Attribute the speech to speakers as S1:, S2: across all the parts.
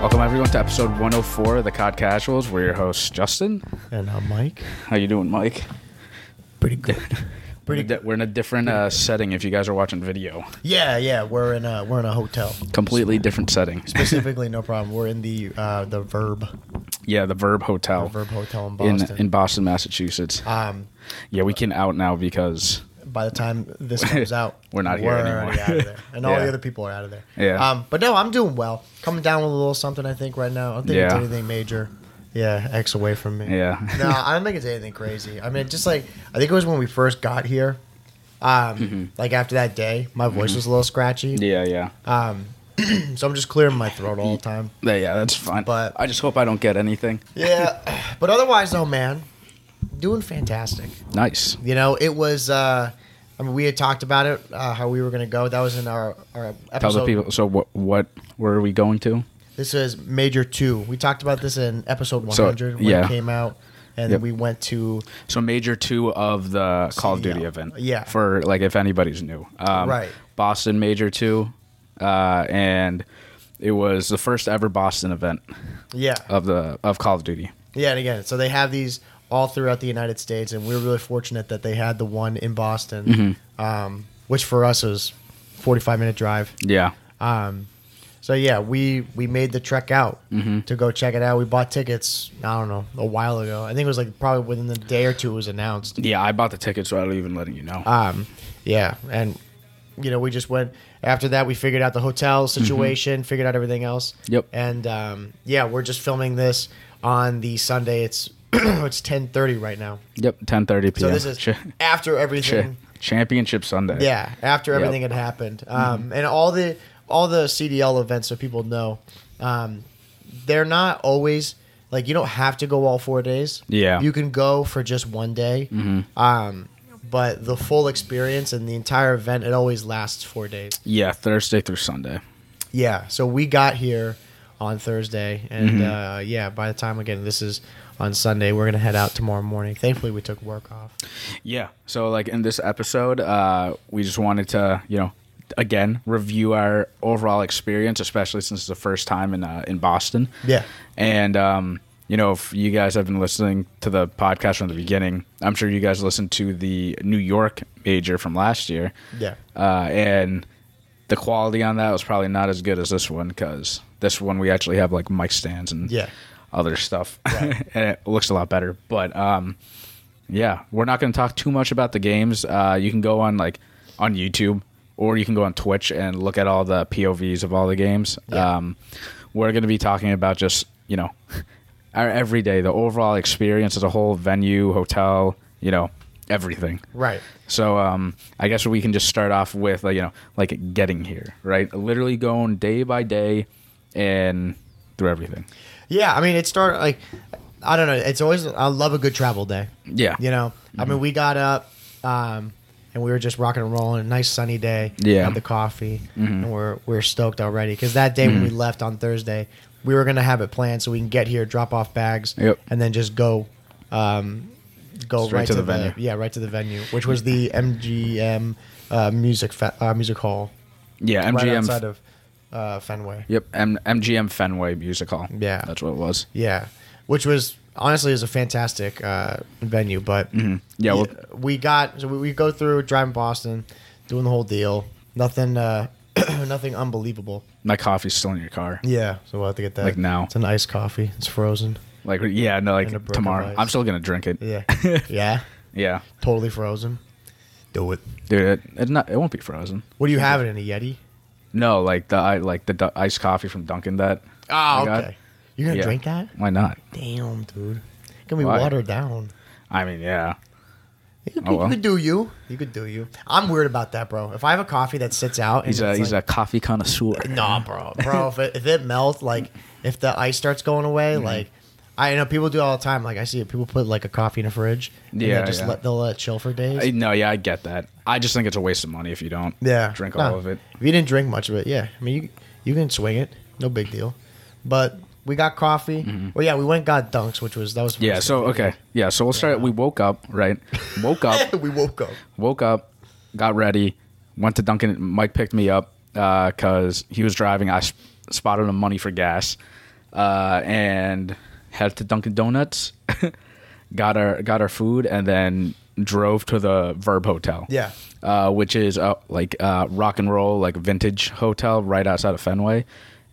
S1: Welcome everyone to episode 104 of the Cod Casuals. We're your hosts, Justin.
S2: And I'm Mike.
S1: How you doing, Mike?
S2: Pretty good.
S1: We're in a di- We're in a different uh, setting. If you guys are watching video,
S2: Yeah, yeah. We're in a we're in a hotel.
S1: completely different setting.
S2: Specifically, no problem. We're in the uh, the Verb
S1: Yeah, the Verb Hotel
S2: the Verb Hotel in
S1: in
S2: Boston.
S1: in Boston, Massachusetts.
S2: um,
S1: Yeah, we can out now because
S2: by the time this comes out,
S1: We're not here anymore.
S2: already out of there, and all
S1: Yeah.
S2: the other people are out of there.
S1: Yeah.
S2: Um, but no, I'm doing well. Coming down with a little something, I think right now. I don't think it's
S1: Yeah.
S2: anything major. Yeah, X away from me.
S1: Yeah.
S2: no, I don't think it's anything crazy. I mean, just like I think it was when we first got here. Um, like after that day, my voice was a little scratchy.
S1: Mm-hmm. yeah, yeah,
S2: Um, so I'm just clearing my throat all the time.
S1: yeah, yeah, that's fine.
S2: But-
S1: I just hope I don't get anything.
S2: Yeah, but otherwise, though, man, doing fantastic.
S1: Nice.
S2: You know, it was. Uh, I mean, we had talked about it uh, how we were going to go. That was in our our
S1: Tell
S2: episode.
S1: the people. So what? What? Where are we going to?
S2: This is major two. We talked about this in episode 100 when
S1: yeah.
S2: it came out, and
S1: Yep.
S2: we went to
S1: So major two of the Call of
S2: CDL.
S1: Duty event.
S2: E Yeah.
S1: For like if anybody's new. Um,
S2: Right.
S1: Boston major two, uh, and it was the first ever Boston event
S2: yeah,
S1: of the of Call of Duty.
S2: yeah, and again. So they have these all throughout the United States, and we were really fortunate that they had the one in Boston,
S1: Mm-hmm.
S2: um, which for us was 45 minute drive.
S1: Yeah.
S2: Um, so yeah, we we made the trek out to go check it out. We bought tickets. I don't know a while ago. I think it was like probably within the day or two it was announced.
S1: Yeah, I bought the tickets without even letting you know.
S2: Um, yeah, and you know we just went after that. We figured out the hotel situation, figured out everything else.
S1: Yep.
S2: And um, yeah, we're just filming this on the Sunday. It's it's ten thirty right now.
S1: yep, ten thirty p.m.
S2: So this is
S1: Cha-
S2: after
S1: cha-
S2: everything.
S1: Championship Sunday.
S2: Yeah, after everything had happened, um, and all the all the CDL events, so people know, um, they're not always like you don't have to go all four days.
S1: Yeah.
S2: you can go for just one day, um, but the full experience and the entire event it always lasts four days.
S1: Yeah, Thursday through Sunday.
S2: Yeah, so we got here on Thursday, and uh, yeah, by the time again this is on Sunday, we're gonna head out tomorrow morning. Thankfully, we took work off.
S1: Yeah. So like in this episode, uh, we just wanted to, you know, again review our overall experience, especially since it's the first time in uh, in Boston.
S2: Yeah.
S1: And um, you know, if you guys have been listening to the podcast from the beginning, I'm sure you guys listened to the New York major from last year.
S2: Yeah.
S1: Uh, and the quality on that was probably not as good as this one because this one we actually have like mic stands and
S2: Yeah.
S1: other stuff,
S2: Right.
S1: and it looks a lot better. But um, yeah, we're not going to talk too much about the games. Uh, you can go on like on YouTube or you can go on Twitch and look at all the POVs of all the games.
S2: Yeah.
S1: Um, we're going to be talking about just you know our everyday, the overall experience as a whole, venue, hotel, you know, everything.
S2: Right.
S1: So um, I guess we can just start off with uh, you know like getting here, right? Literally going day by day and through everything.
S2: Yeah, I mean, it started like I don't know. It's always I love a good travel day.
S1: Yeah.
S2: You know, I
S1: Mm-hmm.
S2: mean, we got up um, and we were just rocking and rolling. A nice sunny day.
S1: Yeah. Mm-hmm.
S2: had the coffee, and we're we're stoked already because that day when we left on Thursday, we were gonna have it planned so we can get here, drop off bags,
S1: Yep.
S2: and then just go. Um, go
S1: Straight
S2: right
S1: to
S2: to,
S1: the venue.
S2: Yeah, right to the venue, which was the MGM uh, music fe- uh, music hall
S1: Yeah,
S2: right
S1: MGM.
S2: outside of uh, Fenway.
S1: yep, M- MGM Fenway Music Hall.
S2: Yeah.
S1: that's what it was.
S2: Yeah, which was honestly is a fantastic uh, venue. But
S1: Mm-hmm. Yeah, well-
S2: we got so we, we go through driving Boston, doing the whole deal. Nothing, uh, nothing unbelievable.
S1: My coffee's still in your car.
S2: Yeah, so we'll have to get that.
S1: Like now.
S2: it's an iced coffee. It's frozen.
S1: Like yeah, no,
S2: And a
S1: like
S2: brick of
S1: tomorrow.
S2: ice.
S1: I'm still gonna drink it.
S2: Yeah, yeah,
S1: yeah,
S2: totally frozen. Do it.
S1: dude, it, it's not. It won't be frozen.
S2: What do you have it in a Yeti?
S1: No, like the I like the du- iced coffee from Dunkin' that. I
S2: Oh,
S1: got.
S2: okay. You're gonna
S1: Yeah.
S2: drink that?
S1: Why not?
S2: Damn, dude. It's gonna be
S1: Why?
S2: watered down.
S1: I mean, yeah,
S2: You could,
S1: Oh, well.
S2: you could do you. You could do you. I'm weird about that, bro. If I have a coffee that sits out, and
S1: he's a
S2: it's
S1: he's
S2: like-
S1: a coffee connoisseur.
S2: Nah, bro, bro. If it, if it melts, like if the ice starts going away,
S1: Mm-hmm.
S2: like I know people do all the time. Like I see people put like a coffee in a fridge. And
S1: Yeah,
S2: they just
S1: yeah.
S2: let they'll let it chill for days.
S1: I- no, yeah, I get that. I just think it's a waste of money if you don't.
S2: yeah,
S1: drink
S2: Nah.
S1: all of it.
S2: If you didn't drink much of it, yeah. I mean, you you can swing it, no big deal. But we got coffee. Well, yeah, we went and got dunks, which was that was
S1: Mm-hmm. Yeah. So okay. Yeah. So we'll start. We woke up. Right. Woke up.
S2: we woke up.
S1: woke up, got ready, went to uh, Duncan. Mike picked me up because he was driving. I s- spotted him money for gas. uh, and headed to Dunkin' Donuts, got our got our food, and then drove to the Verb Hotel.
S2: Yeah.
S1: uh, which is uh, like uh, rock and roll, like vintage hotel right outside of Fenway,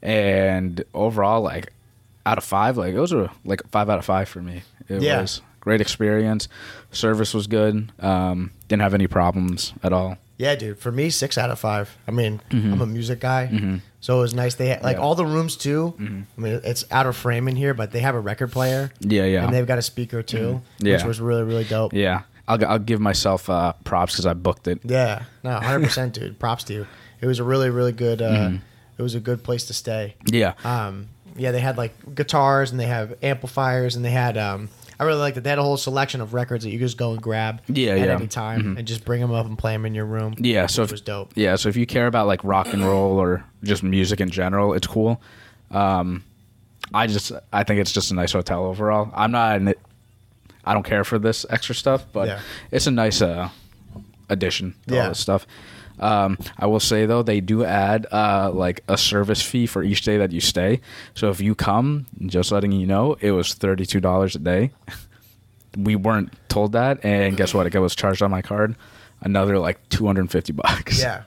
S1: and overall, like out of five, like those were like five out of five for me. It
S2: Yeah.
S1: was great experience. Service was good. Um, didn't have any problems at all.
S2: Yeah, dude. For me, six out of five. I mean, I'm a music guy, so it was nice. They had,
S1: Mm-hmm. Yeah.
S2: like
S1: Mm-hmm.
S2: all the rooms too. I mean, it's out of frame in here, but they have a record player.
S1: Yeah, yeah. Mm-hmm.
S2: and they've got a speaker too, which
S1: Yeah.
S2: was really really dope.
S1: Yeah, I'll, g- I'll give myself uh, props because I booked it.
S2: Yeah, no, 100 percent, dude. Props to you. It was a really really good. Uh,
S1: Mm-hmm.
S2: It was a good place to stay.
S1: Yeah,
S2: Um, yeah, they had like guitars and they have amplifiers and they had. Um, I really liked that they had a whole selection of records that you just go and grab
S1: Yeah,
S2: at
S1: yeah. Mm-hmm.
S2: any time and just bring them up and play them in your room.
S1: yeah. So
S2: which
S1: if,
S2: was dope.
S1: Yeah, so if you care about like rock and roll or just music in general, it's cool. Um, I just I think it's just a nice hotel overall. I'm not an, I don't care for this extra stuff, but
S2: Yeah.
S1: it's a nice uh, addition. To
S2: Yeah.
S1: all this stuff. Um, I will say though, they do add uh, like a service fee for each day that you stay. So if you come, just letting you know, it was thirty two dollars a day. we weren't told that, and guess what? It was charged on my card. Another like two hundred and fifty bucks.
S2: Yeah,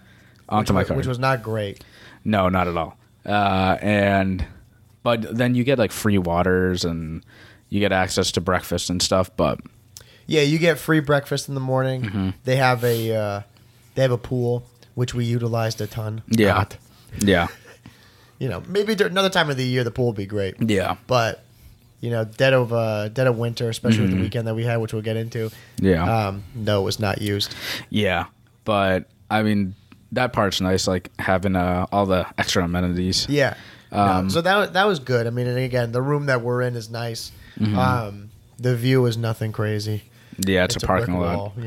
S1: Onto
S2: which,
S1: my
S2: wa-
S1: card.
S2: which was not great.
S1: No, not at all. Uh, and but then you get like free waters and you get access to breakfast and stuff. But
S2: Yeah, you get free breakfast in the morning.
S1: Mm-hmm.
S2: They have a uh, they have a pool which we utilized a ton.
S1: yeah,
S2: Not.
S1: yeah,
S2: you know, maybe dur- another time of the year the pool would be great.
S1: yeah,
S2: But you know, dead of uh, dead of winter, especially with the weekend that we had, which we'll get into.
S1: Mm-hmm. Yeah.
S2: Um, no, it was not used.
S1: yeah. But I mean, that part's nice, like having uh, all the extra amenities.
S2: Yeah. No,
S1: Um,
S2: so that wa- that was good. I mean, and again, the room that we're in is nice. Um, the view is nothing crazy.
S1: yeah, Mm-hmm. it's, a
S2: brick
S1: parking lot.
S2: wall, you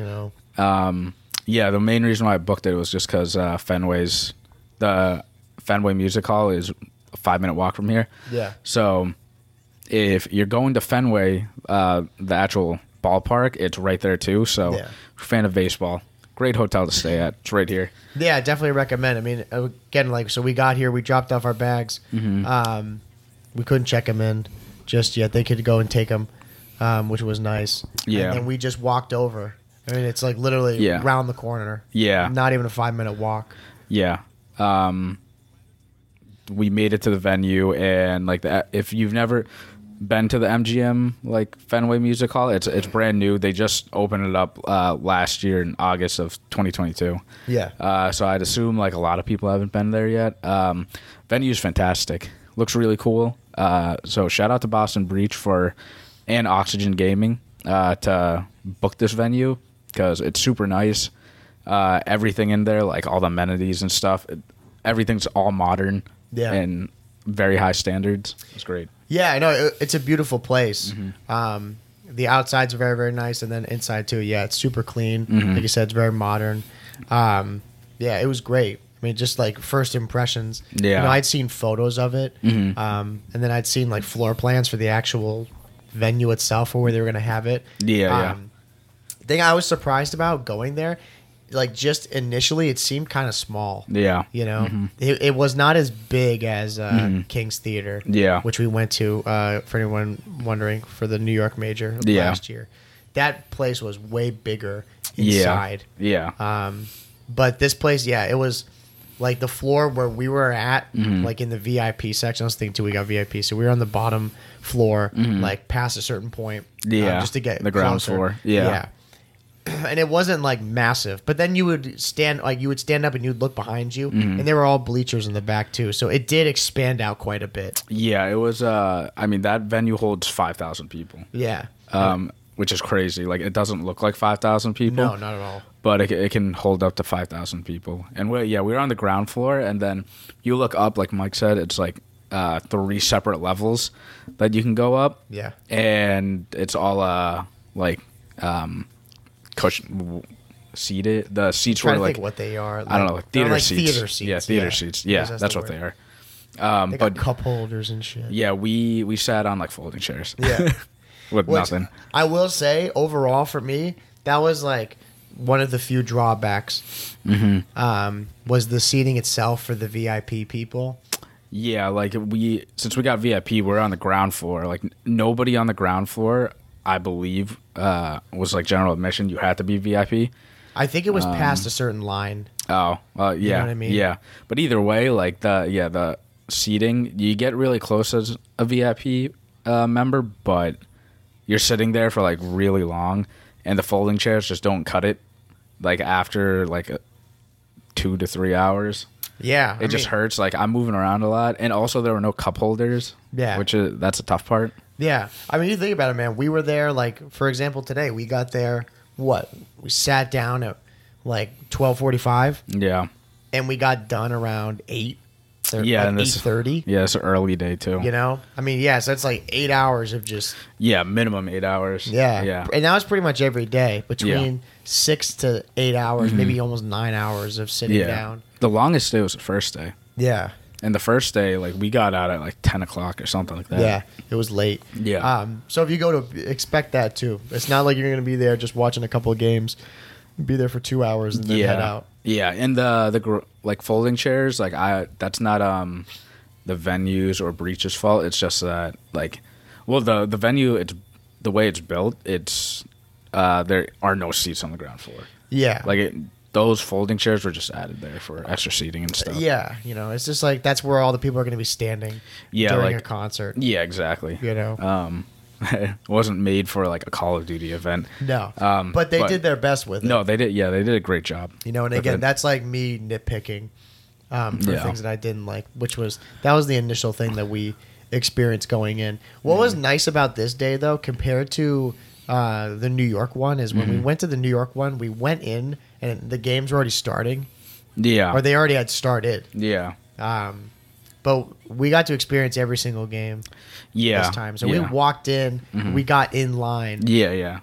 S2: know.
S1: Yeah, the main reason why I booked it was just because uh, Fenway's the Fenway Music Hall is a five minute walk from here.
S2: Yeah.
S1: So if you're going to Fenway, uh, the actual ballpark, it's right there too. So
S2: Yeah.
S1: fan of baseball, great hotel to stay at. It's right here.
S2: Yeah, definitely recommend. I mean, again, like so, we got here, we dropped off our bags.
S1: Mm-hmm.
S2: Um, we couldn't check them in just yet. They could go and take them, um, which was nice.
S1: Yeah.
S2: and then we just walked over. I mean, it's like literally
S1: Yeah.
S2: round the corner.
S1: Yeah.
S2: not even a five minute walk.
S1: Yeah. Um, we made it to the venue, and like the, if you've never been to the MGM like Fenway Music Hall, it's it's brand new. They just opened it up uh, last year in August of 2022.
S2: Yeah.
S1: Uh, so I'd assume like a lot of people haven't been there yet. Um, venue's fantastic. Looks really cool. Uh, so shout out to Boston Breach for and Oxygen Gaming uh, to book this venue because it's super nice. Uh, everything in there, like all the amenities and stuff, it- everything's all modern.
S2: Yeah.
S1: And very high standards. It's great.
S2: Yeah, I know. It, it's a beautiful place.
S1: Mm-hmm.
S2: Um, the outside's very, very nice, and then inside too. Yeah, it's super clean.
S1: Mm-hmm.
S2: Like you said, it's very modern. Um, yeah, it was great. I mean, just like first impressions.
S1: Yeah. Mm-hmm.
S2: you know, I'd seen photos of it, um, and then I'd seen like floor plans for the actual venue itself or where they were going to have it.
S1: Yeah, yeah.
S2: um, Thing I was surprised about going there, like just initially, it seemed kind of small.
S1: Yeah. Mm-hmm.
S2: You know, it, it was not as big as uh, King's Theater,
S1: Yeah.
S2: which we went to uh, for anyone wondering for the New York Major
S1: Yeah.
S2: last year. That place was way bigger
S1: Yeah.
S2: inside,
S1: Yeah.
S2: um, but this place, yeah, it was like the floor where we were at,
S1: Mm-hmm.
S2: like in the VIP section. I was thinking too, we got VIP, so we were on the bottom floor, like past a certain point, uh,
S1: Mm-hmm. Yeah,
S2: just to get
S1: the ground
S2: closer.
S1: floor, yeah.
S2: And it wasn't like massive, but then you would stand like you would stand up and you'd look behind you,
S1: Mm-hmm.
S2: and there were all bleachers in the back too. So it did expand out quite a bit.
S1: yeah. It was. Uh, I mean, that venue holds five thousand people.
S2: Yeah.
S1: um, which is crazy. Like it doesn't look like five thousand people.
S2: No, not at all.
S1: But it, it can hold up to five thousand people. And we yeah, we were on the ground floor, and then you look up, like Mike said, it's like uh, three separate levels that you can go up.
S2: Yeah.
S1: and it's all uh like um, cushion seated. The seats were
S2: Trying to
S1: like
S2: think what they are.
S1: I don't know,
S2: Like,
S1: like
S2: they're
S1: theater
S2: like
S1: seats.
S2: Theater seats.
S1: Yeah, theater seats. Yeah,
S2: That's
S1: that's,
S2: the
S1: what
S2: word.
S1: they are.
S2: They got
S1: But
S2: cup holders and shit.
S1: yeah, we we sat on like folding chairs.
S2: Yeah.
S1: with
S2: Which
S1: nothing.
S2: I will say, overall, for me, that was like one of the few
S1: Mm-hmm.
S2: drawbacks. Um, was the seating itself for the VIP people?
S1: Yeah, like we since we got VIP, we're on the ground floor. Like n- nobody on the ground floor, I believe, uh, was like general admission. You had to be VIP.
S2: I think it was
S1: Um,
S2: past a certain line.
S1: Oh, uh, yeah,
S2: what I mean?
S1: yeah. But either way, like the yeah the seating, you get really close as a VIP uh, member, but you're sitting there for like really long, and the folding chairs just don't cut it. Like after like a, two to three hours,
S2: Yeah,
S1: it just hurts. Like I'm moving around a lot, and also there were no cup holders.
S2: Yeah.
S1: which is that's a tough part.
S2: Yeah, I mean, you think about it, man. We were there, like for example, today we got there. What we sat down at like twelve forty-five,
S1: Yeah,
S2: and we got done around eight. Thir-
S1: yeah,
S2: like
S1: and
S2: eight
S1: this
S2: thirty.
S1: Yeah, it's an early day too.
S2: You know, I mean, yeah, so it's like eight hours of just
S1: Yeah, minimum eight hours.
S2: yeah,
S1: yeah,
S2: And that was pretty much every day between
S1: Yeah. Mm-hmm.
S2: six to eight hours, maybe almost nine hours of sitting
S1: yeah.
S2: down.
S1: The longest day was the first day.
S2: Yeah,
S1: And the first day, like we got out at like ten o'clock or something like that.
S2: yeah, it was late.
S1: Yeah.
S2: Um, so if you go to expect that too, it's not like you're going to be there just watching a couple of games, be there for two hours and then
S1: yeah,
S2: head out.
S1: yeah. And the the gr- like folding chairs, like I that's not um the venues or breach's fault. It's just that like, well the the venue it's the way it's built. It's uh there are no seats on the ground floor.
S2: Yeah.
S1: Like it, those folding chairs were just added there for extra seating and stuff.
S2: Yeah, you know, it's just like that's where all the people are going to be standing
S1: Yeah,
S2: during
S1: like-
S2: a concert.
S1: Yeah, exactly.
S2: You know,
S1: Um, it wasn't made for like a Call of Duty event.
S2: no,
S1: um,
S2: but they
S1: but-
S2: did their best with it.
S1: No, they did. Yeah, they did a great job.
S2: you know, and
S1: with
S2: again,
S1: it.
S2: that's like me nitpicking um, for
S1: Yeah.
S2: things that I didn't like, which was that was the initial thing that we experienced going in. What was
S1: Mm.
S2: nice about this day though, compared to uh, the New York one, is when
S1: Mm.
S2: we went to the New York one, we went in and the games were already starting,
S1: yeah,
S2: or they already had started.
S1: yeah,
S2: Um, but we got to experience every single game.
S1: yeah.
S2: this time. So
S1: yeah. Mm-hmm.
S2: we walked in, we got in line
S1: Yeah, yeah,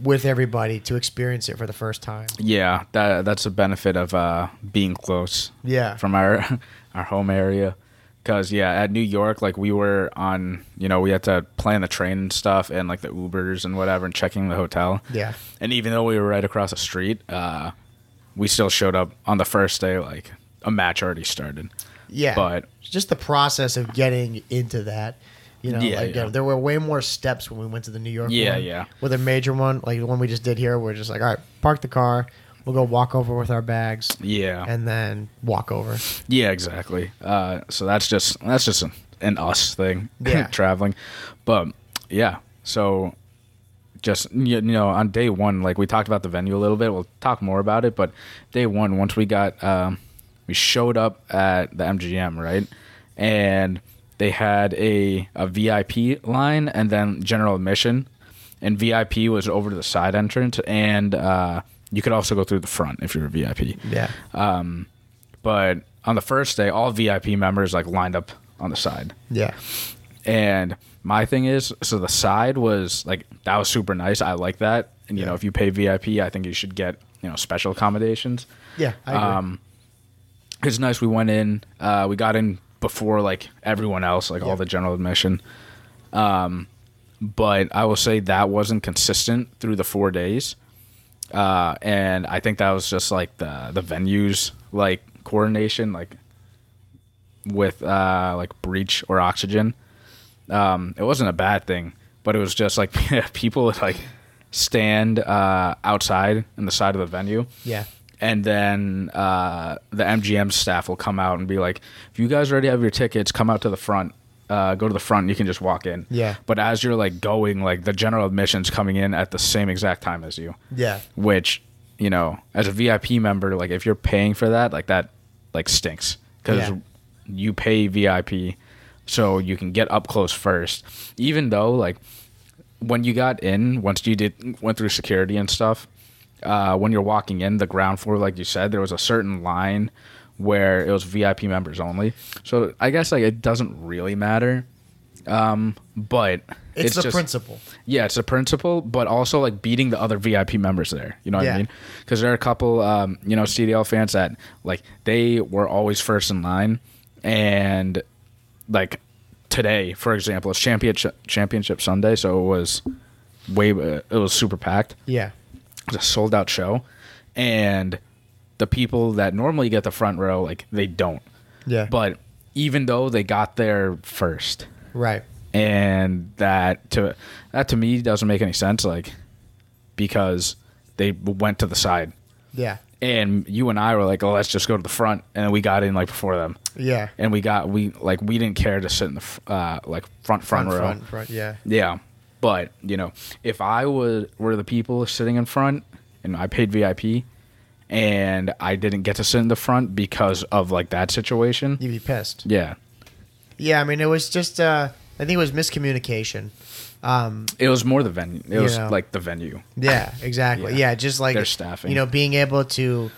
S2: with everybody to experience it for the first time.
S1: yeah. That that's a benefit of uh, being close
S2: Yeah.
S1: from our our home area. Cause yeah, at New York, like we were on, you know, we had to plan the train and stuff, and like the Ubers and whatever, and checking the hotel.
S2: yeah.
S1: And even though we were right across the street, uh, we still showed up on the first day like a match already started.
S2: Yeah.
S1: But-
S2: just the process of getting into that. You know,
S1: Yeah,
S2: like
S1: yeah.
S2: uh, there were way more steps when we went to the New York
S1: Yeah,
S2: one.
S1: yeah.
S2: With a major one, like the one we just did here, we're just like, all right, park the car, we'll go walk over with our bags
S1: Yeah.
S2: and then walk over.
S1: Yeah, exactly. Uh, so that's just that's just an, an us thing.
S2: Yeah.
S1: traveling, but yeah. So just y- you know, on day one, like we talked about the venue a little bit. We'll talk more about it, but day one, once we got um, we showed up at the MGM, right, and they had a a VIP line and then general admission, and VIP was over to the side entrance, and uh, you could also go through the front if you're a VIP
S2: Yeah.
S1: but on the first day all vip members like lined up on the side
S2: yeah.
S1: and my thing is so the side was like that was super nice i like that and you
S2: Yeah.
S1: know if you pay vip i think you should get you know special accommodations
S2: Yeah. I agree.
S1: um it's nice we went in uh we got in before like everyone else like
S2: Yeah.
S1: all the general admission um but i will say that wasn't consistent through the four days uh and i think that was just like the the venues like coordination like with uh like breach or oxygen um it wasn't a bad thing but it was just like people would like stand uh outside in the side of the venue
S2: yeah.
S1: and then uh, the MGM staff will come out and be like, "If you guys already have your tickets, come out to the front. Uh, go to the front. And you can just walk in."
S2: Yeah.
S1: But as you're like going, like the general admission's coming in at the same exact time as you,
S2: Yeah.
S1: which you know, as a VIP member, like if you're paying for that, like that, like stinks because
S2: Yeah.
S1: you pay VIP, so you can get up close first. Even though like when you got in, once you did went through security and stuff, uh, when you're walking in the ground floor, like you said, there was a certain line where it was VIP members only. So I guess like it doesn't really matter, um, but
S2: It's, the
S1: just-
S2: principle.
S1: Yeah, it's a principle, but also like beating the other VIP members there. You know what
S2: Yeah.
S1: I mean? Because there are a couple, um, you know, CDL fans that like they were always first in line, and like today, for example, it's championship championship Sunday, so it was way uh, it was super packed.
S2: Yeah.
S1: It was a sold out show, and the people that normally get the front row like they don't.
S2: Yeah.
S1: But even though they got there first.
S2: Right.
S1: and that to that to me doesn't make any sense like because they went to the side
S2: Yeah.
S1: and you and I were like oh let's just go to the front and we got in like before them
S2: Yeah.
S1: and we got we like we didn't care to sit in the fr- uh, like front front,
S2: Front,
S1: row
S2: front, front. Yeah.
S1: yeah but you know if I was were the people sitting in front and I paid VIP and I didn't get to sit in the front because of like that situation
S2: You'd be pissed.
S1: yeah
S2: Yeah, I mean, it was just, uh, I think it was miscommunication. Um,
S1: it was more the venue it was
S2: know.
S1: like the venue
S2: yeah, exactly.
S1: Yeah.
S2: Yeah, just like,
S1: Their staffing.
S2: you know, being able to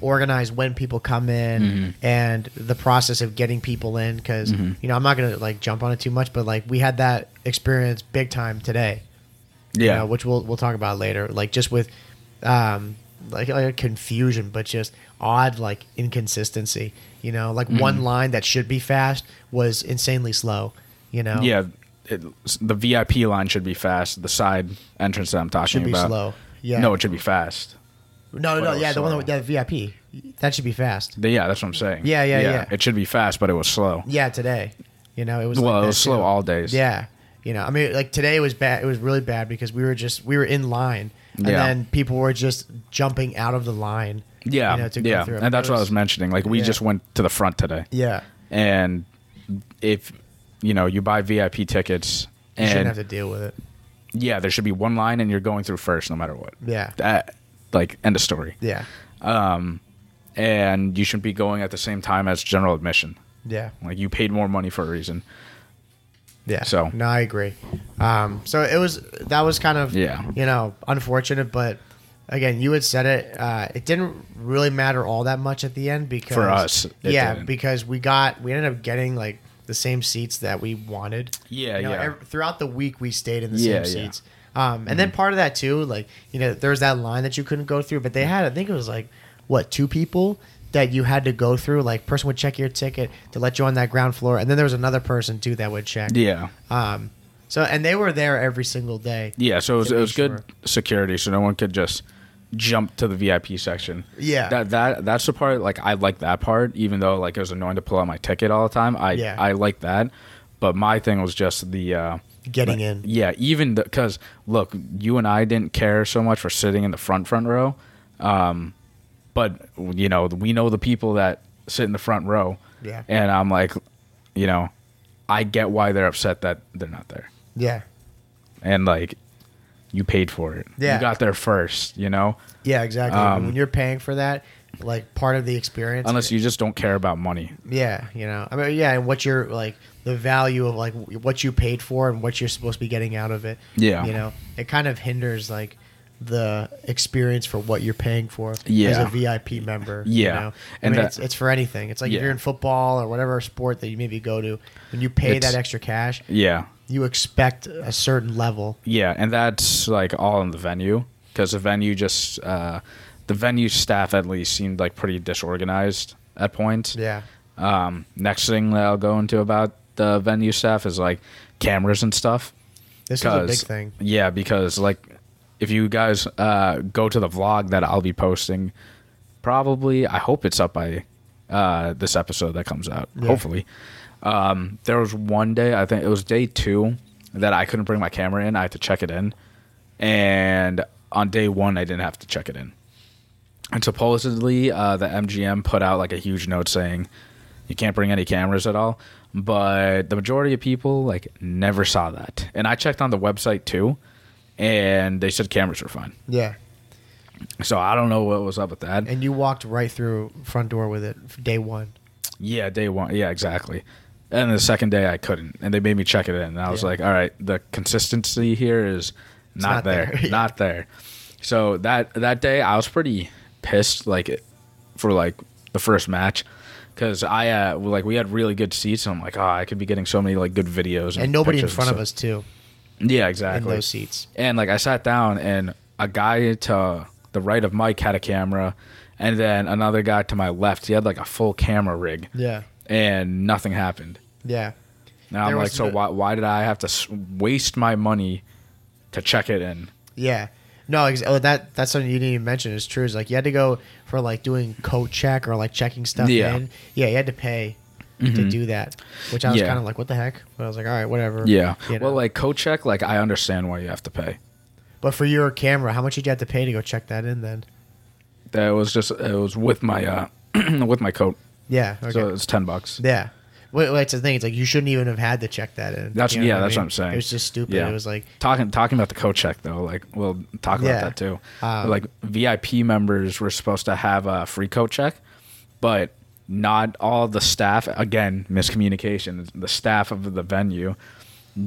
S2: organize when people come in
S1: Mm-hmm.
S2: and the process of getting people in. because you know, I'm not going to like jump on it too much, but like we had that experience big time today. you
S1: yeah
S2: know, which we'll we'll talk about later. Like just with, um, like, like confusion, but just odd like inconsistency. You know, like
S1: Mm-hmm.
S2: one line that should be fast was insanely slow. You know,
S1: Yeah, it, the VIP line should be fast. The side entrance that I'm talking
S2: should be
S1: about
S2: slow. Yeah,
S1: No, uh, it should be fast.
S2: no, no,
S1: it
S2: yeah,
S1: was
S2: the one
S1: slow.
S2: that, that VIP that should be fast.
S1: The- yeah, that's what I'm saying.
S2: Yeah, yeah, yeah.
S1: It should be fast, but it was slow.
S2: Yeah, today, you know, it was
S1: well,
S2: like
S1: it
S2: that
S1: was slow
S2: too.
S1: all days.
S2: Yeah. You know, I mean, like today was bad. It was really bad because we were just we were in line, and
S1: Yeah.
S2: then people were just jumping out of the line.
S1: yeah,
S2: you know, to go
S1: yeah.
S2: through.
S1: And that's
S2: It
S1: what I was mentioning. Like we
S2: Yeah.
S1: just went to the front today,
S2: Yeah,
S1: and if you know you buy VIP tickets,
S2: you shouldn't
S1: and
S2: have to deal with it.
S1: yeah, there should be one line, and you're going through first, no matter what.
S2: Yeah,
S1: That like end of story.
S2: yeah,
S1: And you shouldn't be going at the same time as general admission.
S2: yeah.
S1: Like you paid more money for a reason.
S2: Yeah.
S1: So-
S2: no, I agree. Um, so it was that was kind of
S1: Yeah.
S2: you know unfortunate, but again, you had said it. Uh, it didn't really matter all that much at the end because
S1: For us, it
S2: yeah,
S1: didn't.
S2: because we got we ended up getting like the same seats that we wanted.
S1: Yeah,
S2: You know,
S1: yeah.
S2: ev- throughout the week, we stayed in the
S1: Yeah,
S2: same
S1: yeah. Mm-hmm.
S2: seats. Um, and then part of that too, like you know, there was that line that you couldn't go through, but they had I think it was like what two people that you had to go through. Like person would check your ticket to let you on that ground floor, and then there was another person too that would check.
S1: Yeah.
S2: Um, so and they were there every single day.
S1: Yeah, so it was,
S2: to
S1: it
S2: be
S1: was good
S2: sure.
S1: security, so no one could just jump to the VIP section.
S2: Yeah.
S1: that that that's the part. Like I like that part, even though like it was annoying to pull out my ticket all the time. I
S2: Yeah.
S1: I like that, but my thing was just the uh,
S2: Getting in.
S1: Yeah, even because look, you and I didn't care so much for sitting in the front front row, um, but you know we know the people that sit in the front row.
S2: Yeah.
S1: and I'm like, you know, I get why they're upset that they're not there
S2: Yeah,
S1: and like you paid for it.
S2: Yeah.
S1: You got there first, you know?
S2: yeah, exactly. when you're paying for that, like part of the experience.
S1: Um, Unless you just don't care about money.
S2: yeah, you know, I mean, yeah, and what you're like the value of like w- what you paid for and what you're supposed to be getting out of it.
S1: Yeah.
S2: you know, it kind of hinders like the experience for what you're paying for as
S1: Yeah.
S2: a VIP member.
S1: Yeah.
S2: you know? I
S1: And
S2: mean,
S1: that-
S2: it's, it's for anything. It's like
S1: Yeah.
S2: if you're in football or whatever sport that you maybe go to, when you pay
S1: It's-
S2: that extra cash,
S1: Yeah.
S2: you expect a certain level.
S1: Yeah, and that's like all in the venue cuz the venue just uh the venue staff at least seemed like pretty disorganized at points.
S2: Yeah.
S1: Um next thing that I'll go into about the venue staff is like cameras and stuff.
S2: This is a big
S1: 'Cause-
S2: thing.
S1: Yeah, because like if you guys uh, go to the vlog that I'll be posting, probably I hope it's up by uh, this episode that comes out.
S2: Yeah.
S1: Hopefully, um, there was one day I think it was day two that I couldn't bring my camera in. I had to check it in, and on day one I didn't have to check it in. And supposedly, uh, the MGM put out like a huge note saying you can't bring any cameras at all. But the majority of people like never saw that. And I checked on the website too, and they said cameras were fine.
S2: Yeah.
S1: So I don't know what was up with that.
S2: And you walked right through front door with it f- day one.
S1: Yeah, day one. Yeah, exactly. And the second day I couldn't, and they made me check it in. And I was
S2: Yeah.
S1: like, all right, the consistency here is not,
S2: not
S1: there,
S2: there. Yeah.
S1: not there. So that that day I was pretty pissed, like it- for like the first match, because I uh, like we had really good seats, and I'm like, oh, I could be getting so many like good videos and,
S2: And nobody in
S1: pictures and
S2: front of
S1: stuff."
S2: us too
S1: Yeah,
S2: in
S1: exactly.
S2: those seats.
S1: And like I sat down, and a guy to the right of Mike had a camera, and then another guy to my left, he had like a full camera rig,
S2: Yeah.
S1: and nothing happened.
S2: Yeah.
S1: And I'm
S2: There
S1: like,
S2: was
S1: so
S2: no-
S1: why why did I have to s- waste my money to check it in?
S2: Yeah. No, ex- oh, that that's something you didn't even mention. It's true. It's like you had to go for like doing coat check or like checking stuff
S1: Yeah. Mm-hmm.
S2: in. Yeah, you had to pay. to do that, which I was
S1: Yeah.
S2: kind of like, what the heck? But I was like, all right, whatever.
S1: Yeah.
S2: You know?
S1: Well, like Kochek, like I understand why you have to pay.
S2: but for your camera, how much did you have to pay to go check that in then?
S1: That was just it was with my uh with my coat,
S2: Yeah. Okay.
S1: so it was ten bucks.
S2: yeah. Well, that's the thing. It's like you shouldn't even have had to check that in.
S1: That's
S2: You know
S1: yeah,
S2: I
S1: that's
S2: mean?
S1: what I'm saying.
S2: It was just stupid.
S1: Yeah.
S2: It was like,
S1: talking talking about the coat check though. Like we'll talk about
S2: Yeah.
S1: that too.
S2: Um,
S1: like VIP members were supposed to have a free coat check, but not all the staff. Again, miscommunication. The staff of the venue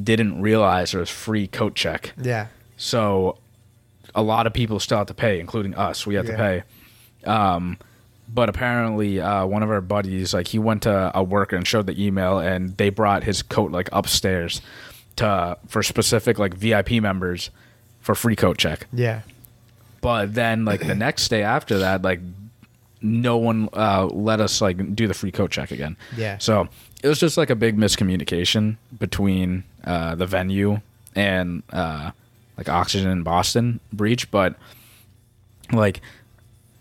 S1: didn't realize there was free coat check.
S2: yeah,
S1: So a lot of people still have to pay, including us. We had to
S2: Yeah.
S1: pay. Um, but apparently, uh, one of our buddies, like he went to a worker and showed the email, and they brought his coat like upstairs to for specific like VIP members for free coat check.
S2: yeah,
S1: But then like the next day after that, like no one uh, let us like do the free coat check again.
S2: Yeah.
S1: So it was just like a big miscommunication between uh, the venue and uh, like Oxygen in Boston breach, but like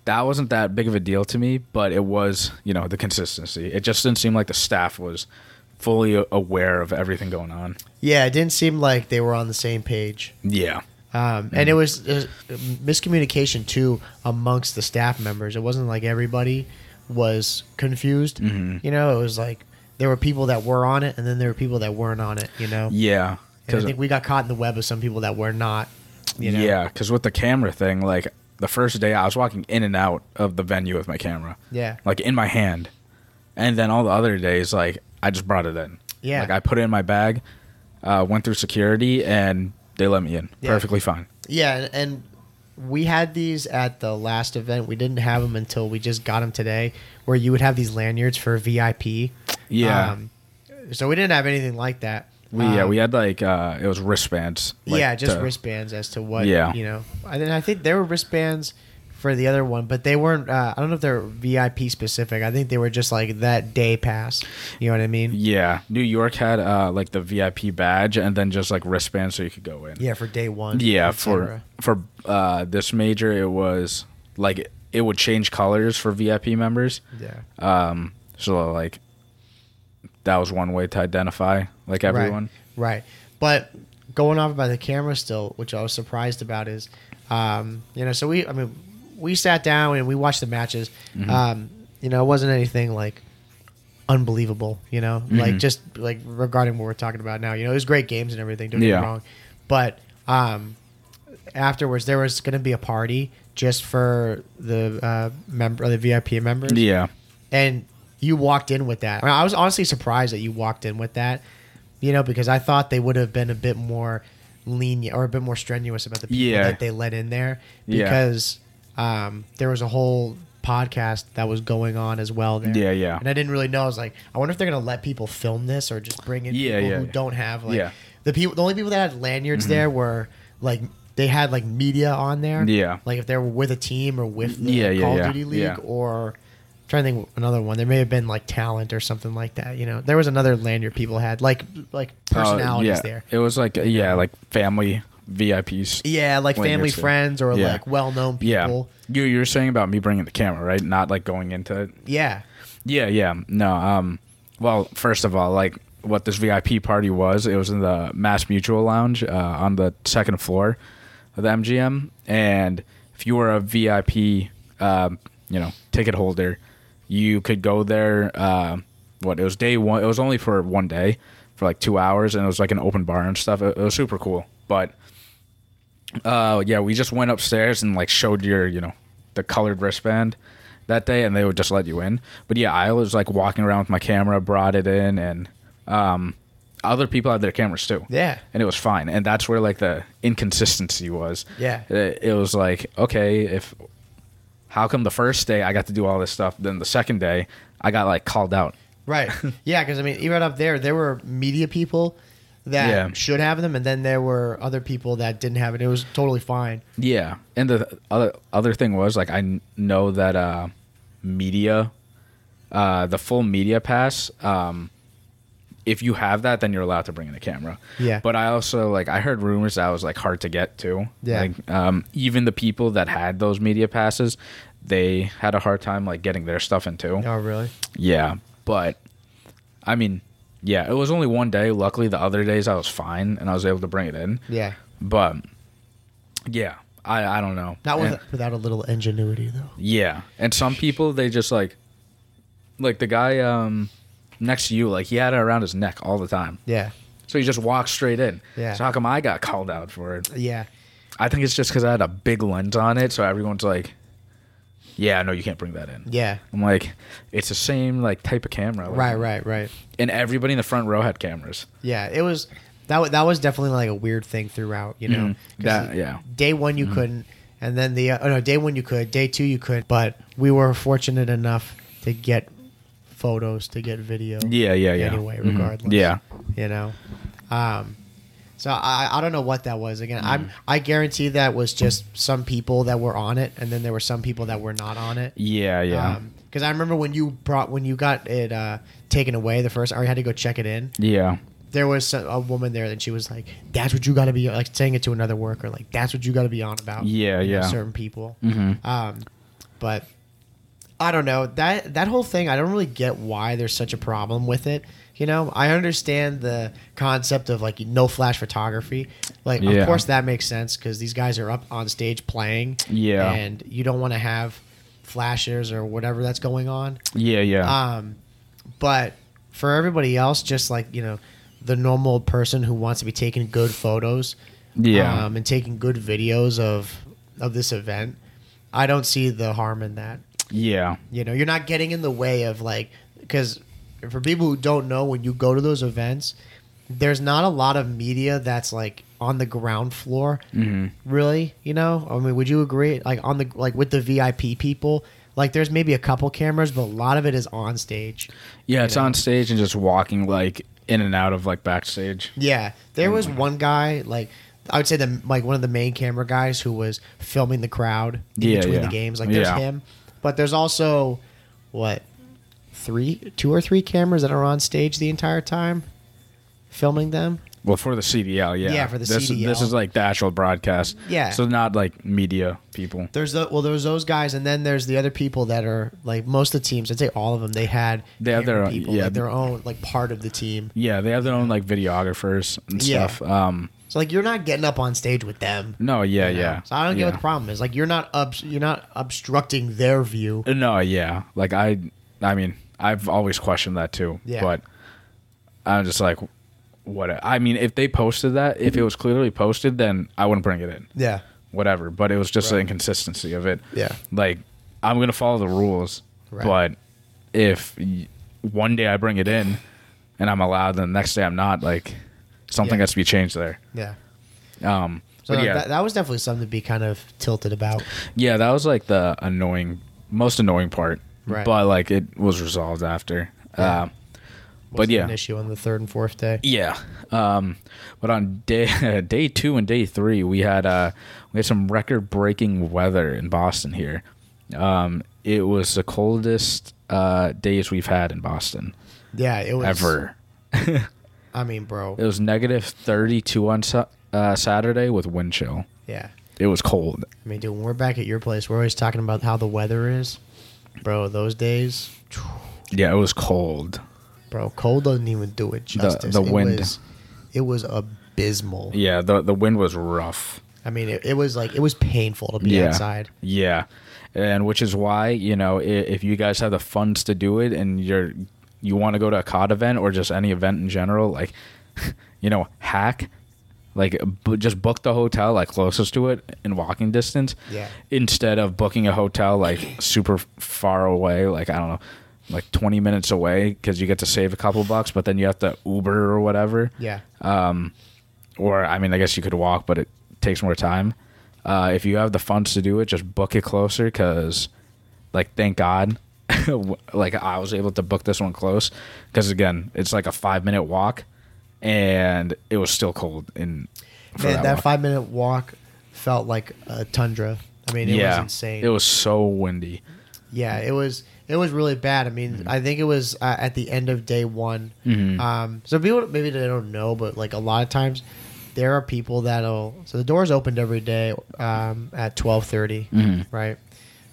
S1: that wasn't that big of a deal to me. But it was, you know, the consistency. It just didn't seem like the staff was fully aware of everything going on.
S2: yeah. It didn't seem like they were on the same page.
S1: Yeah.
S2: Um, and it
S1: Hmm.
S2: was uh, miscommunication too amongst the staff members. It wasn't like everybody was confused.
S1: Mm-hmm.
S2: You know, it was like there were people that were on it, and then there were people that weren't on it. You know,
S1: Yeah.
S2: and I think we got caught in the web of some people that were not. You know,
S1: Yeah, because with the camera thing, like the first day I was walking in and out of the venue with my camera,
S2: yeah,
S1: like in my hand, and then all the other days, like I just brought it in.
S2: Yeah.
S1: like I put it in my bag, uh, went through security, and they let me in
S2: Yeah.
S1: perfectly fine.
S2: yeah. And, and we had these at the last event. We didn't have them until we just got them today, where you would have these lanyards for VIP.
S1: Yeah,
S2: Um, so we didn't have anything like that.
S1: we yeah
S2: Um,
S1: we had like uh, it was wristbands. like,
S2: yeah, just
S1: to-
S2: wristbands as to what
S1: Yeah.
S2: you know. And then I think there were wristbands for the other one, but they weren't. Uh, I don't know if they're VIP specific. I think they were just like that day pass. You know what I mean?
S1: Yeah, New York had uh, like the VIP badge, and then just like wristbands so you could go in.
S2: Yeah, for day one.
S1: Yeah,
S2: et
S1: for
S2: cetera.
S1: for uh, this major, it was like it would change colors for VIP members.
S2: yeah,
S1: Um, so like that was one way to identify like everyone.
S2: right. But going off about the camera still, which I was surprised about, is um, you know, so we. I mean, we sat down and we watched the matches.
S1: Mm-hmm.
S2: Um, you know, it wasn't anything like unbelievable, you know,
S1: Mm-hmm.
S2: like just like regarding what we're talking about now, you know, it was great games and everything. Don't get
S1: Yeah.
S2: me wrong, but um, afterwards there was going to be a party just for the uh, member, the VIP members,
S1: Yeah, Uh,
S2: and you walked in with that. I, mean, I was honestly surprised that you walked in with that, you know, because I thought they would have been a bit more lenient or a bit more strenuous about the people
S1: Yeah.
S2: that they let in there
S1: Yeah.
S2: because um, there was a whole podcast that was going on as well there.
S1: Yeah, yeah.
S2: And I didn't really know. I was like, I wonder if they're gonna let people film this or just bring in
S1: Yeah,
S2: people
S1: yeah,
S2: who
S1: yeah.
S2: don't have like
S1: Yeah. Mm-hmm.
S2: the people the only people that had lanyards there were like they had like media on there.
S1: Yeah.
S2: Like if they were with a team or with the
S1: Yeah, yeah,
S2: Call
S1: yeah,
S2: of Duty League
S1: yeah.
S2: or I'm trying to think of another one. There may have been like talent or something like that. You know, there was another lanyard people had like like
S1: Uh,
S2: personalities
S1: yeah.
S2: there.
S1: It was like yeah, like family VIPs.
S2: Yeah, like family
S1: Lanyards, yeah.
S2: friends or
S1: Yeah.
S2: like well known
S1: Yeah,
S2: people.
S1: you you were saying about me bringing the camera, right? Not like going into it.
S2: Yeah.
S1: Yeah, yeah. No, um well, first of all, like what this VIP party was, it was in the Mass Mutual Lounge uh, on the second floor of the MGM and if you were a VIP um, you know, ticket holder, you could go there uh, what it was day one it was only for one day for like 2 hours and it was like an open bar and stuff. It, it was super cool. But uh yeah, we just went upstairs and like showed your, you know, the colored wristband that day and they would just let you in. But yeah, I was like walking around with my camera, brought it in and um other people had their cameras too.
S2: Yeah.
S1: And it was fine. And that's where like the inconsistency was. Uh,
S2: Yeah.
S1: It, it was like, okay, if how come the first day I got to do all this stuff, then the second day I got like called out.
S2: Right. Yeah, because I mean, even up there, there were media people that
S1: Yeah.
S2: should have them, and then there were other people that didn't have it. It was totally fine.
S1: Yeah, and the other other thing was like I kn- know that uh, media, uh, the full media pass. Um, if you have that, then you're allowed to bring in a camera.
S2: Yeah.
S1: But I also like I heard rumors that was like hard to get to.
S2: Yeah.
S1: Like um, even the people that had those media passes, they had a hard time like getting their stuff in too.
S2: Oh, really?
S1: Yeah, but I mean, yeah, it was only one day. Luckily, the other days I was fine and I was able to bring it in.
S2: Yeah.
S1: But yeah, I I don't know.
S2: Not with,
S1: And-
S2: without a little ingenuity though.
S1: yeah, and some people they just like, like the guy um next to you, like he had it around his neck all the time,
S2: Yeah.
S1: so he just walked straight in.
S2: Yeah.
S1: So how come I got called out for it?
S2: Yeah.
S1: I think it's just because I had a big lens on it, so everyone's like, "Yeah, no, you can't bring that in."
S2: Yeah.
S1: I'm like, it's the same like type of camera, like-
S2: Right, right, right.
S1: And everybody in the front row had cameras.
S2: Yeah, it was that wa- that was definitely like a weird thing throughout, you know.
S1: Mhm.
S2: 'Cause
S1: That- yeah. Mm-hmm.
S2: Day 1 you couldn't and then the uh, oh no, day 1 you could, day 2 you could, but we were fortunate enough to get photos, to get video.
S1: Yeah, yeah, yeah.
S2: Anyway,
S1: Mhm.
S2: regardless.
S1: Yeah.
S2: You know. Um so I, I don't know what that was again.
S1: Mm.
S2: I'm I guarantee that was just some people that were on it, and then there were some people that were not on it.
S1: Yeah, yeah,
S2: Because I remember when you brought when you got it uh, taken away the first, or you had to go check it in.
S1: yeah.
S2: There was a, a woman there, and she was like, "That's what you got to be like," saying it to another worker, like, "That's what you got to be on about."
S1: Yeah, Mm.
S2: you know,
S1: yeah.
S2: certain people.
S1: Mm-hmm.
S2: Um, but I don't know that that whole thing. I don't really get why there's such a problem with it. You know, I understand the concept of like no flash photography. Like,
S1: Yeah.
S2: of course that makes sense because these guys are up on stage playing.
S1: Yeah.
S2: and you don't want to have flashes or whatever that's going on.
S1: Yeah, yeah.
S2: Um, but for everybody else, just like you know, the normal person who wants to be taking good photos,
S1: Yeah.
S2: um, and taking good videos of of this event, I don't see the harm in that.
S1: yeah.
S2: You know, you're not getting in the way of like because for people who don't know, when you go to those events, there's not a lot of media that's like on the ground floor,
S1: Mm-hmm.
S2: really. You know, I mean, would you agree? Like on the like with the VIP people. Like there's maybe a couple cameras, but a lot of it is on stage.
S1: Yeah, it's on stage and just walking like in and out of like backstage.
S2: Yeah, there
S1: Mm.
S2: was one guy like I would say the like one of the main camera guys who was filming the crowd in
S1: Yeah,
S2: between
S1: yeah.
S2: the games. Like there's
S1: Yeah.
S2: him, but there's also what three, two or three cameras that are on stage the entire time filming them.
S1: Well, for the CDL, yeah.
S2: Yeah, for the
S1: this,
S2: CDL.
S1: This is like the actual broadcast.
S2: Yeah.
S1: So not like media people.
S2: There's the well, there's those guys, and then there's the other people that are like most of the teams. I'd say all of them. They had
S1: They have
S2: camera
S1: their own-
S2: people,
S1: yeah.
S2: like their own like part of the team.
S1: Yeah, they have their own like videographers and
S2: Yeah.
S1: stuff. Um,
S2: So like you're not getting up on stage with them.
S1: no, yeah,
S2: you know?
S1: yeah.
S2: So I don't get
S1: yeah.
S2: what the problem is. Like you're not up, you're not obstructing their view.
S1: No, yeah. Like I, I mean, I've always questioned that too.
S2: Yeah.
S1: But I'm just like, what? I mean, if they posted that, if it was clearly posted, then I wouldn't bring it in.
S2: Yeah.
S1: Whatever. But it was just the inconsistency of it.
S2: Yeah.
S1: Like I'm gonna follow the rules,
S2: Right.
S1: but if y- one day I bring it in and I'm allowed, then the next day I'm not. Like something
S2: Yeah.
S1: has to be changed there.
S2: Yeah.
S1: Um.
S2: So
S1: but yeah,
S2: that, that was definitely something to be kind of tilted about.
S1: yeah, that was like the annoying, most annoying part.
S2: Right.
S1: But like it was resolved after.
S2: Yeah.
S1: Um,
S2: was
S1: but yeah,
S2: an issue on the third and fourth day.
S1: yeah. Um, but on day day two and day three, we had uh, we had some record breaking weather in Boston here. Um, it was the coldest uh, days we've had in Boston
S2: Yeah, it was.
S1: ever.
S2: I mean, bro.
S1: It was negative thirty two on Sa- uh, Saturday with wind chill.
S2: yeah,
S1: It was cold.
S2: I mean, dude, when we're back at your place, we're always talking about how the weather is, bro. Those days,
S1: Yeah, it was cold.
S2: bro, cold doesn't even do it justice.
S1: the
S2: it
S1: wind.
S2: was, it was abysmal.
S1: Yeah, the the wind was rough.
S2: I mean, it, it was like it was painful to be outside.
S1: Yeah, and which is why you know i- if you guys have the funds to do it and you're you want to go to a COD event or just any event in general, like you know hack, like bu- just book the hotel like closest to it in walking distance.
S2: Yeah.
S1: Instead of booking a hotel like super f- far away, like I don't know. Like twenty minutes away because you get to save a couple bucks, but then you have to Uber or whatever
S2: Yeah,
S1: or I mean, I guess you could walk, but it takes more time. Uh, if you have the funds to do it, just book it closer because, like, thank God, like I was able to book this one close because again, it's like a five minute walk, and it was still cold. And
S2: man, that, five minute walk felt like a tundra. I mean, it was insane.
S1: It was so windy.
S2: Yeah, it was it was really bad. I mean,
S1: Mm-hmm.
S2: I think it was uh, at the end of day one. Um, so people maybe they don't know, but like a lot of times, there are people that'll so the doors
S1: Mm-hmm.
S2: opened every day um, at twelve right?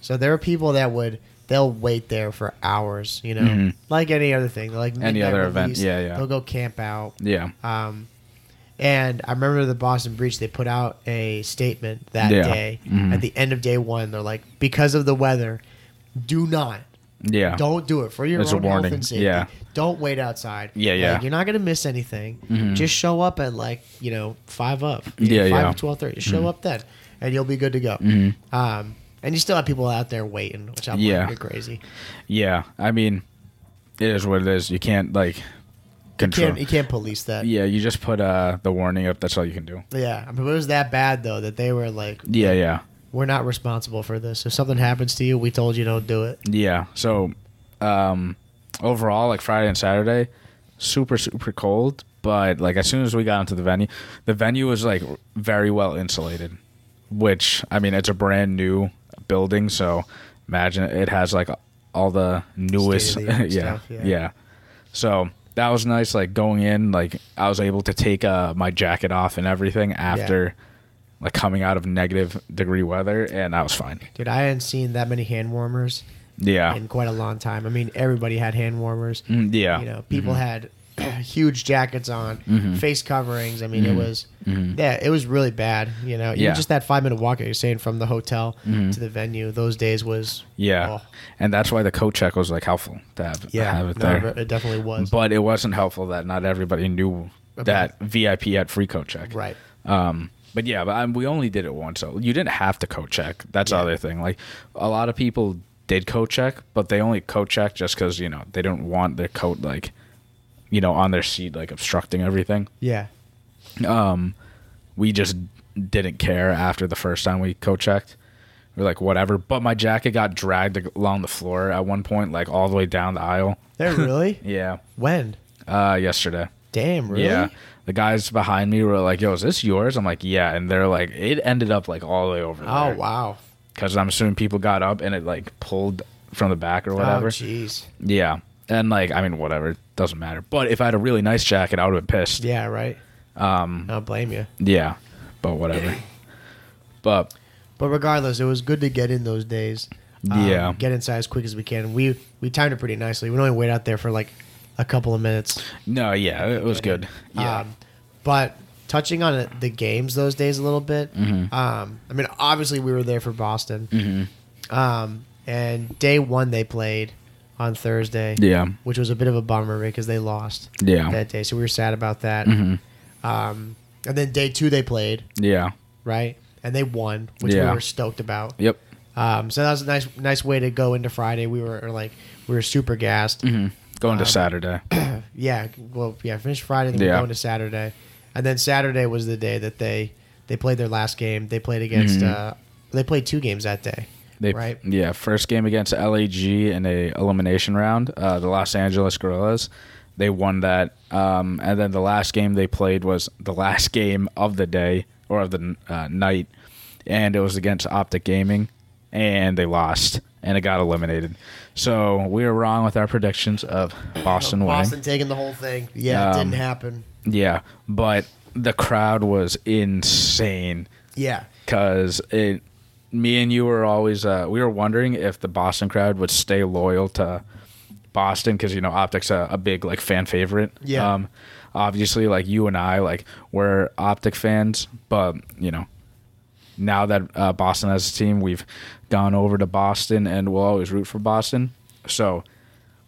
S2: So there are people that would they'll wait there for hours. You know, like any other thing. They're like
S1: Mm-hmm. Any
S2: midnight
S1: other event,
S2: release,
S1: yeah, yeah.
S2: They'll go camp out.
S1: Yeah.
S2: Um, and I remember the Boston Breach, they put out a statement that
S1: Yeah.
S2: day
S1: Mhm.
S2: at the end of day one. They're like, because of the weather, do not,
S1: Yeah.
S2: don't do it for your
S1: It's Oh. a
S2: own
S1: warning.
S2: health and safety.
S1: Yeah.
S2: Don't wait outside.
S1: Yeah,
S2: Like,
S1: yeah. Mm-hmm.
S2: you're not going to miss anything. Just show up at like, you know, five up.
S1: Yeah, Mm-hmm.
S2: five
S1: yeah.
S2: Five, 12, 30. Show up then and you'll be good to go. Um, and you still have people out there waiting, which I'm
S1: Yeah.
S2: like, you're crazy.
S1: Yeah. I mean, it is what it is. You can't like
S2: You
S1: control.
S2: can't, e you can't police that.
S1: yeah, you just put uh the warning up. That's all you can do.
S2: yeah. I mean, it was that bad, though, that they were like,
S1: Yeah, yeah,
S2: we're not responsible for this. If something happens to you, we told you don't do it.
S1: yeah. So, um, overall, like Friday and Saturday, super super cold. But like as soon as we got into the venue, the venue was like very well insulated, which I mean it's a brand new building, so imagine it has like all the newest,
S2: State of the
S1: yeah,
S2: art stuff,
S1: yeah,
S2: yeah.
S1: So that was nice. Like going in, like I was able to take uh, my jacket off and everything after. Like coming out of negative degree weather, and I was fine.
S2: Dude, I hadn't seen that many hand warmers
S1: Yeah,
S2: in quite a long time. I mean, everybody had hand warmers.
S1: Mm, yeah. Mm-hmm.
S2: You know, people had huge jackets on, face coverings. I mean, it was yeah, it was really bad. You
S1: Mm-hmm.
S2: know,
S1: Yeah. Mm-hmm.
S2: even just that five minute walk that you're saying from the hotel to the venue, those days was
S1: Yeah,
S2: oh,
S1: and that's why the coat check was like helpful to have,
S2: yeah,
S1: have it
S2: no,
S1: there.
S2: it definitely was.
S1: but it wasn't helpful that not everybody knew that VIP had free coat check.
S2: right.
S1: Um, but yeah, but um, we only did it once, so you didn't have to coat check. That's the
S2: Yeah.
S1: other thing. Like a lot of people did coat check, but they only coat check just because you know they don't want their coat like you know on their seat like obstructing everything.
S2: Yeah.
S1: we just didn't care after the first time we coat checked. We are like, whatever. But my jacket got dragged along the floor at one point, like all the way down the aisle.
S2: There really?
S1: Yeah.
S2: when?
S1: Uh, yesterday.
S2: Damn, really?
S1: Yeah. The guys behind me were like, yo, is this yours? I'm like, yeah. And they're like, it ended up like all the way over
S2: Oh
S1: there.
S2: wow.
S1: Because I'm assuming people got up and it like pulled from the back or whatever.
S2: Oh jeez.
S1: yeah. And like, I mean, whatever. It doesn't matter. But if I had a really nice jacket, I would have been pissed.
S2: Yeah, right. Um, I don't blame you.
S1: yeah. But whatever. but
S2: But regardless, it was good to get in those days. Um,
S1: Yeah.
S2: Get inside as quick as we can. We we timed it pretty nicely. We only wait out there for like a couple of minutes.
S1: No, yeah, it was good. Yeah,
S2: Um, but touching on it- the games those days a little bit.
S1: Mm-hmm.
S2: Um, I mean, obviously we were there for Boston.
S1: Mm-hmm.
S2: Um, and day one they played on Thursday.
S1: Yeah. Oh.
S2: Which was a bit of a bummer because they lost.
S1: Yeah.
S2: That day, so we were sad about that.
S1: Mm-hmm.
S2: Um, and then day two they played
S1: yeah,
S2: right, and they won, which
S1: Yeah.
S2: we were stoked about.
S1: yep,
S2: Um, so that was a nice nice way to go into Friday. We were like we were super gassed.
S1: Mm. Mm-hmm. going
S2: Um,
S1: to Saturday.
S2: Yeah, well, yeah, finished Friday, then
S1: Yeah.
S2: we're going to Saturday, and then Saturday was the day that they they played their last game. They played against
S1: Mm-hmm.
S2: uh, they played two games that day.
S1: They,
S2: right.
S1: Yeah, first game against LAG in a elimination round, uh, the Los Angeles Gorillas. They won that, um, and then the last game they played was the last game of the day or of the uh, night, and it was against Optic Gaming, and they lost, and it got eliminated. So we were wrong with our predictions of Boston winning.
S2: Boston taking the whole thing. Yeah, it
S1: Um,
S2: didn't happen.
S1: Yeah, but the crowd was insane.
S2: Yeah,
S1: because it me and you were always uh, we were wondering if the boston crowd would stay loyal to boston because you know optics a, a big like fan favorite Um,
S2: Yeah.
S1: obviously like you and i like we're optic fans but you know now that uh, boston has a team we've gone over to boston and we'll always root for boston so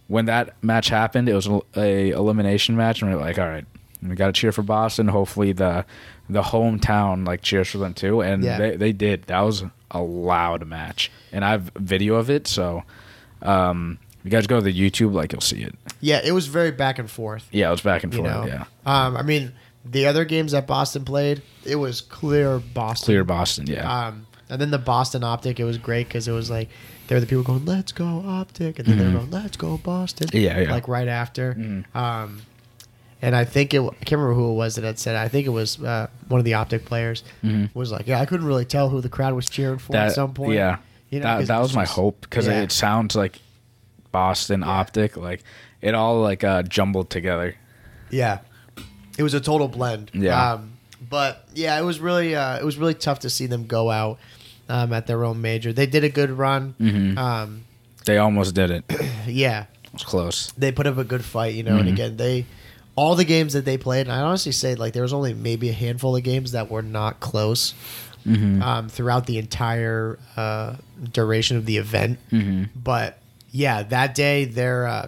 S1: when that match happened, it was a, a elimination match, and we were like, all right, we got to cheer for Boston. Hopefully, the the hometown like cheers for them too, and
S2: Yeah.
S1: they they did. That was a loud match, and I have video of it. So, um, if you guys go to the YouTube, like you'll see it.
S2: yeah, it was very back and forth.
S1: Yeah, it was back and
S2: You
S1: forth.
S2: know,
S1: Yeah,
S2: um, I mean, the other games that Boston played, it was clear Boston.
S1: clear Boston. Yeah,
S2: Um, and then the Boston Optic, it was great because it was like there were the people going, "Let's go Optic," and then they were going, "Let's go Boston."
S1: Mm-hmm. Yeah, yeah.
S2: Like right after. Um, and I think it, I can't remember who it was that had said. it. I think it was uh, one of the Optic players was like, "Yeah, I couldn't really tell who the crowd was cheering for
S1: Mm-hmm. that
S2: at some point."
S1: Yeah,
S2: you know,
S1: that
S2: 'cause
S1: that
S2: it's
S1: was my
S2: just-
S1: hope because
S2: yeah.
S1: it sounds like Boston Optic, like it all like uh, jumbled together.
S2: Yeah, it was a total blend.
S1: Yeah.
S2: Um, but yeah, it was really uh, it was
S1: Mm-hmm.
S2: really tough to see them go out um, at their own major. They did a good run. Um,
S1: They almost did it. It
S2: Yeah,
S1: was close.
S2: they put up a good fight, you know. And again, they all the games that they played. And I honestly say like there was only maybe a handful of games that were not close um, throughout the entire uh, duration of the event. But yeah, that day their uh,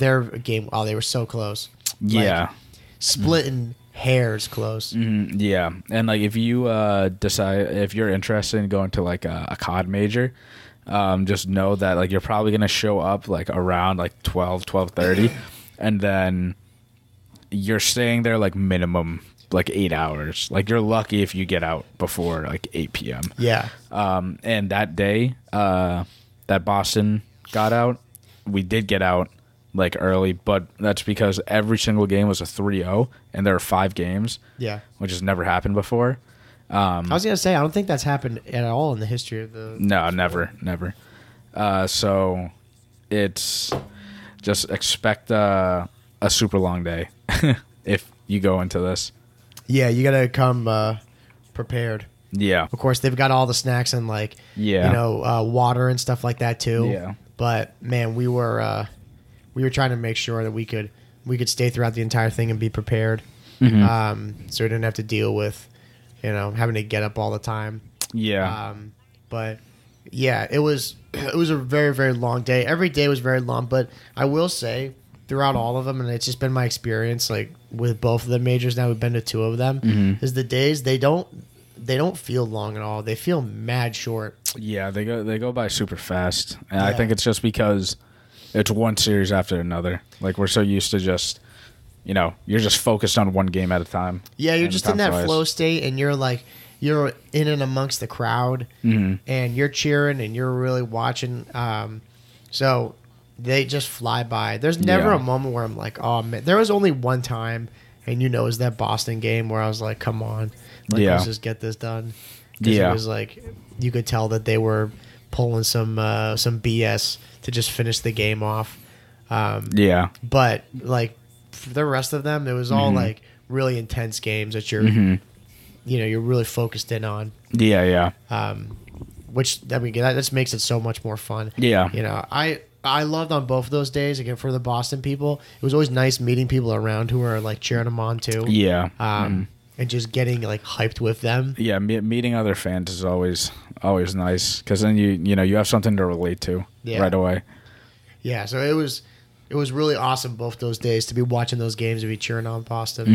S2: their game, oh, they were so close. Like,
S1: Yeah.
S2: splitting hairs close.
S1: Mm, yeah, and like if you uh, decide if you're interested in going to like a, a COD major, um, just know that like you're probably gonna show up like around like 12, 12.30 and then you're staying there like minimum like eight hours. Like you're lucky if you get out before like eight p.m.
S2: Yeah,
S1: Um, and that day uh, that Boston got out, we did get out like early, but that's because every single game was a 3-0 and there are five games
S2: yeah.
S1: which has never happened before.
S2: I was gonna say I don't think that's happened at all in the history of the.
S1: No, never, never. Uh, so it's just expect uh, a super long day if you go into this.
S2: Yeah, you gotta come uh, prepared.
S1: Yeah,
S2: Of course, they've got all the snacks and like
S1: Yeah.
S2: you know, uh, water and stuff like that too.
S1: Yeah.
S2: But man, we were uh, we were trying to make sure that we could we could stay throughout the entire thing and be prepared,
S1: Mm-hmm.
S2: um, so we didn't have to deal with you know having to get up all the time.
S1: yeah,
S2: Um, but yeah, it was it was a very very long day. Every day was very long, but I will say throughout all of them, and it's just been my experience like with both of the majors. Now we've been to two of them.
S1: Mm-hmm.
S2: Is the days they don't they don't feel long at all. They feel mad short.
S1: yeah. They go they go by super fast, and I
S2: Yeah.
S1: think it's just because it's one series after another. Like we're so used to just. You know, you're just focused on one game at a time.
S2: Yeah, you're
S1: And
S2: just
S1: time
S2: in that
S1: flies.
S2: flow state, and you're like you're in and amongst the crowd,
S1: Mm-hmm.
S2: and you're cheering, and you're really watching. Um, so they just fly by. There's never
S1: Yeah.
S2: a moment where I'm like, oh man. There was only one time, and you know, it was that Boston game where I was like, come on, like,
S1: Yeah.
S2: let's just get this done. 'Cause
S1: Yeah.
S2: it was like you could tell that they were pulling some uh, some BS to just finish the game off. Um,
S1: Yeah,
S2: but like for the rest of them, it was all
S1: Mm-hmm.
S2: like really intense games that you're, you know, you're really focused in on.
S1: yeah, yeah,
S2: Um, which I mean, that just makes it so much more fun.
S1: Yeah.
S2: you know, I I loved on both of those days. Again, for the Boston people, it was always nice meeting people around who are like cheering them on too.
S1: yeah, Mm-hmm.
S2: Um, and just getting like hyped with them.
S1: yeah. Me- meeting other fans is always always nice because then you you know you have something to relate to
S2: Yeah.
S1: right away.
S2: Yeah, so it was it was really awesome both those days to be watching those games and be cheering on Boston.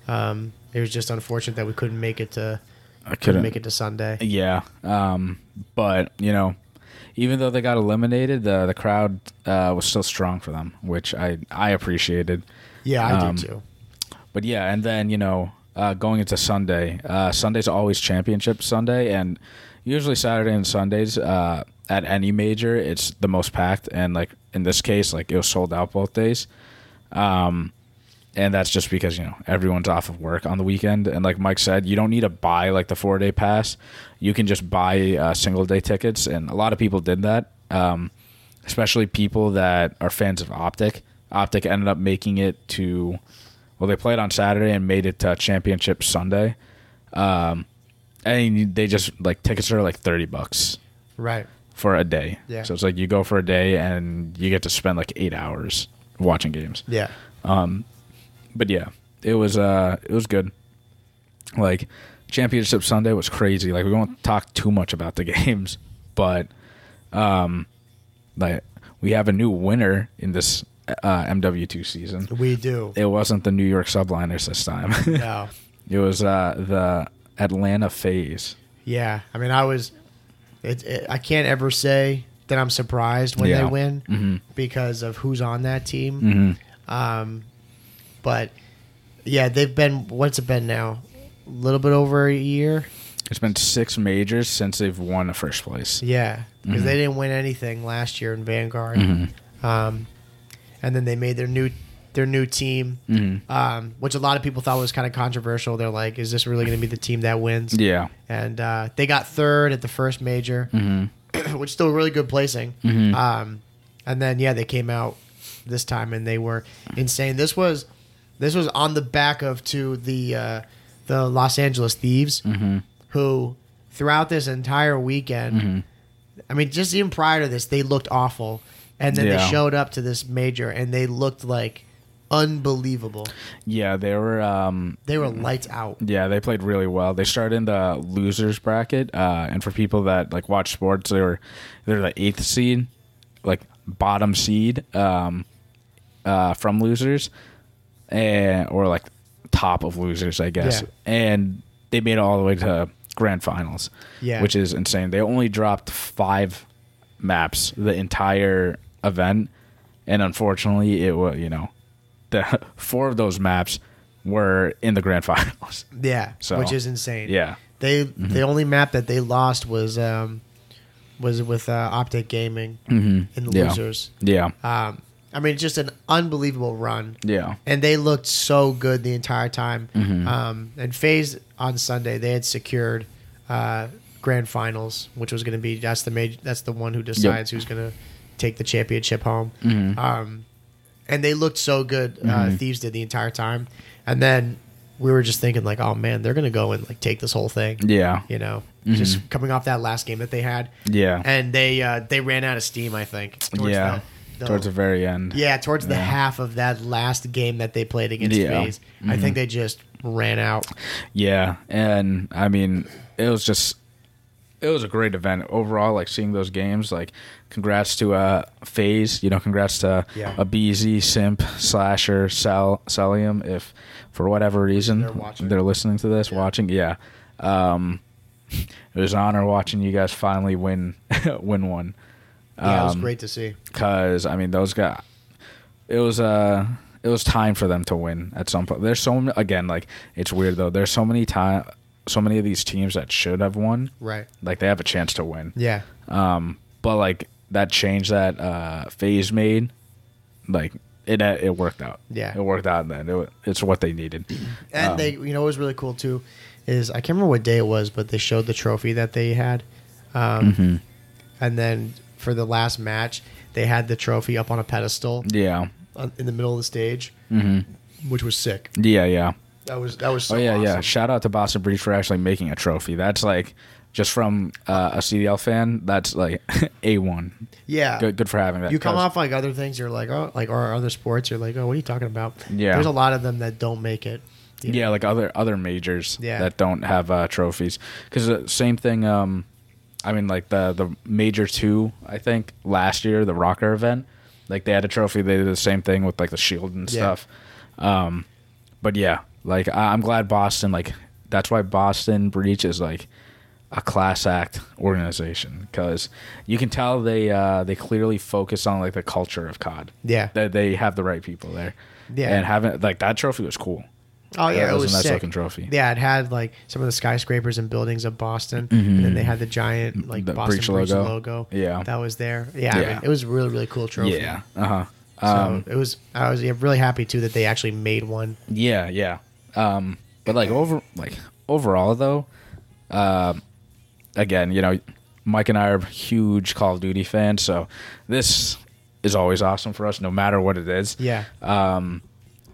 S1: Mm-hmm.
S2: Um, it was just unfortunate that we couldn't make it to
S1: I
S2: couldn't
S1: couldn't
S2: make it to Sunday.
S1: Yeah, um, but you know, even though they got eliminated, the the crowd uh, was still strong for them, which I I appreciated.
S2: Yeah, I
S1: Um,
S2: do too.
S1: But yeah, and then you know, uh, going into Sunday, uh, Sunday's always championship Sunday, and usually Saturday and Sundays uh, at any major, it's the most packed, and like in this case, like it was sold out both days. Um, and that's just because you know everyone's off of work on the weekend, and like Mike said, you don't need to buy like the four day pass. You can just buy uh, single day tickets, and a lot of people did that. Um, especially people that are fans of Optic. Optic ended up making it to, well, they played on Saturday and made it to Championship Sunday. Um, and they just like tickets are like thirty bucks
S2: Right.
S1: for a day.
S2: Yeah.
S1: So it's like you go for a day and you get to spend like eight hours watching games.
S2: Yeah.
S1: But yeah, it was uh it was good. Like Championship Sunday was crazy. Like we won't talk too much about the games, but um like we have a new winner in this uh MW2 season.
S2: We do.
S1: It wasn't the New York Subliners this time.
S2: No.
S1: it was uh the Atlanta Phase.
S2: Yeah. I mean, I was. It, it, I can't ever say that I'm surprised when
S1: Yeah.
S2: they win because of who's on that team. Um, but yeah, they've been. What's it been now? A little bit over a year.
S1: It's been six majors since they've won the first place.
S2: Yeah, because they didn't win anything last year in Vanguard,
S1: Mm-hmm.
S2: um, and then they made their new their new team,
S1: Mm-hmm.
S2: um, which a lot of people thought was kind of controversial. They're like, "Is this really going to be the team that wins?"
S1: Yeah. Mm-hmm.
S2: and uh, they got third at the first major, which is still a really good placing. Um, and then yeah, they came out this time and they were insane. This was this was on the back of to the uh, the
S1: Mm-hmm.
S2: Los Angeles Thieves, who throughout this entire weekend I mean, just even prior to this, they looked awful, and then
S1: Yeah.
S2: they showed up to this major and they looked like unbelievable.
S1: Yeah, they were. Um,
S2: They were lights out.
S1: yeah, they played really well. They started in the losers bracket, uh, and for people that like watch sports, they were they're the eighth seed, like bottom seed um, uh, from losers, and or like top of losers, I guess.
S2: Yeah.
S1: And they made it all the way to grand finals,
S2: Yeah.
S1: which is insane. They only dropped five maps the entire event, and unfortunately, it was you know the four of those maps were in the grand finals.
S2: Yeah,
S1: So-
S2: which is insane.
S1: Yeah.
S2: they the only map that they lost was um, was with uh, Optic Gaming in the
S1: Yeah.
S2: losers.
S1: Yeah.
S2: Um, I mean, just an unbelievable run.
S1: Yeah.
S2: and they looked so good the entire time. Um, and Phase on Sunday, they had secured uh, grand finals, which was going to be that's the major, that's the one who decides who's going to take the championship home. Um, and they looked so good. Uh, Thieves did the entire time, and then we were just thinking like, oh man, they're going to go and like take this whole thing.
S1: Yeah.
S2: You know,
S1: Mm-hmm.
S2: just coming off that last game that they had.
S1: Yeah.
S2: and they uh, they ran out of steam. I think. towards
S1: yeah.
S2: the-
S1: Towards the very end.
S2: uh, yeah, towards the half of that last game that they played against
S1: Yeah. Mm-hmm.
S2: FaZe. I think they just ran out.
S1: Yeah. And I mean, it was just it was a great event overall. Like seeing those games, like congrats to uh Phase, you know, congrats to
S2: Yeah.
S1: a BZ Simp Slasher Sal Celium. If for whatever reason
S2: They're watching.
S1: they're listening to this, watching, yeah. Um, it was an honor watching you guys finally win win one.
S2: Yeah, it was
S1: Um,
S2: great to see.
S1: because I mean those guys. It was uh it was time for them to win at some point. There's so m again like it's weird though. There's so many time so many of these teams that should have won.
S2: Right.
S1: Like they have a chance to win.
S2: Yeah.
S1: Um, but like that change that uh phase made, like it uh, it worked out.
S2: Yeah.
S1: it worked out. Then it, wa- it's what they needed.
S2: And
S1: Um,
S2: they, you know, what was really cool too is I can't remember what day it was, but they showed the trophy that they had. Um,
S1: Mm-hmm.
S2: And then for the last match, they had the trophy up on a pedestal
S1: yeah,
S2: on- in the middle of the stage, which was sick.
S1: yeah, yeah.
S2: That was that was so
S1: Mm-hmm. oh yeah, yeah.
S2: awesome.
S1: Shout out to Boston Breach for actually making a trophy. That's like just from uh, a CDL fan. That's like a one.
S2: yeah.
S1: good, good for having that.
S2: you come
S1: 'cause-
S2: off like other things you're like oh like or other sports you're like oh what are you talking about
S1: Yeah.
S2: there's a lot of them that don't make it
S1: yeah, like other other majors
S2: Yeah.
S1: that don't have uh, trophies. Because the same thing. Um, I mean, like the the major two, I think last year the rocker event, like they had a trophy. They did the same thing with like the shield and
S2: Yeah.
S1: stuff. Um, but yeah, like I, I'm glad Boston. Like that's why Boston Breach is like a class act organization because you can tell they uh, they clearly focus on like the culture of COD.
S2: Yeah.
S1: that they have the right people there.
S2: Yeah.
S1: and having like that trophy was cool.
S2: oh yeah,
S1: That
S2: it
S1: was
S2: was
S1: a nice
S2: sick.
S1: looking trophy.
S2: yeah it had like some of the skyscrapers and buildings of boston and then they had the giant like
S1: Mm-hmm. The
S2: boston
S1: Breach
S2: breach logo.
S1: logo. Yeah.
S2: that was there yeah, I
S1: Yeah.
S2: mean, it was a really really cool trophy
S1: Yeah. Uh huh.
S2: so it was i was yeah, really happy too that they actually made one
S1: Yeah. Yeah. Um, but like over like overall though, um, again, you know, Mike and I are huge Call of Duty fans, so this is always awesome for us, no matter what it is.
S2: yeah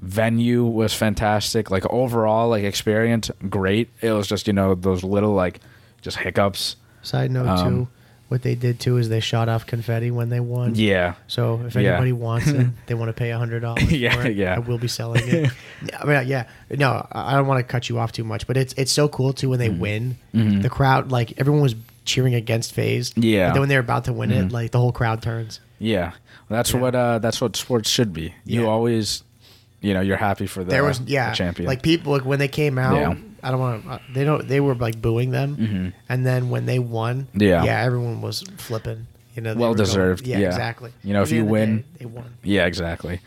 S1: Venue was fantastic. Like overall, like experience, great. It was just you know those little like just hiccups.
S2: side note
S1: Um,
S2: too what they did too is they shot off confetti when they won
S1: Yeah.
S2: So if
S1: Yeah.
S2: anybody wants it, they want to pay hundred dollars.
S1: Yeah,
S2: for it,
S1: yeah.
S2: I will be selling it. I mean, yeah, no, I I don't want to cut you off too much, but it's it's so cool too when they
S1: Mm-hmm.
S2: win. The crowd, like everyone was cheering against Phase.
S1: Yeah. Mm-hmm.
S2: and then when they're about to win it, like the whole crowd turns.
S1: Yeah. That's what uh that's what sports should be. You
S2: Yeah.
S1: always you know, you're happy for the,
S2: There was yeah,
S1: the champion.
S2: like people like, when they came out.
S1: Yeah. Mm-hmm.
S2: I don't want to. They don't. They were like booing them, and then when they won,
S1: Yeah.
S2: yeah, everyone was flipping. You know, they
S1: Well
S2: were going-
S1: deserved, yeah.
S2: yeah, exactly.
S1: You know,
S2: At
S1: if
S2: the
S1: you
S2: end of the
S1: win-
S2: day, they won.
S1: Yeah, exactly.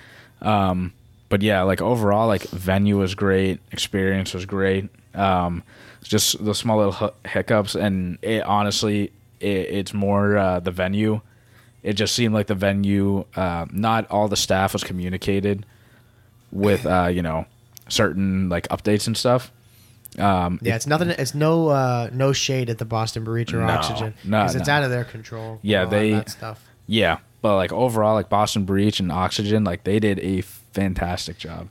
S1: Um, but yeah, like overall, like venue was great, experience was great. Um, it's just the small little hu- hiccups, and it honestly, it, it's more uh, the venue. It just seemed like the venue, uh, not all the staff was communicated with, uh, you know, certain like updates and stuff. Um,
S2: Yeah, it's nothing. It's no uh, no shade at the Boston Breach or
S1: No,
S2: oxygen
S1: no,
S2: because it's
S1: no.
S2: out of their control.
S1: Yeah,
S2: and all
S1: they-
S2: that stuff.
S1: Yeah, but like overall, like Boston Breach and Oxygen, like they did a fantastic job.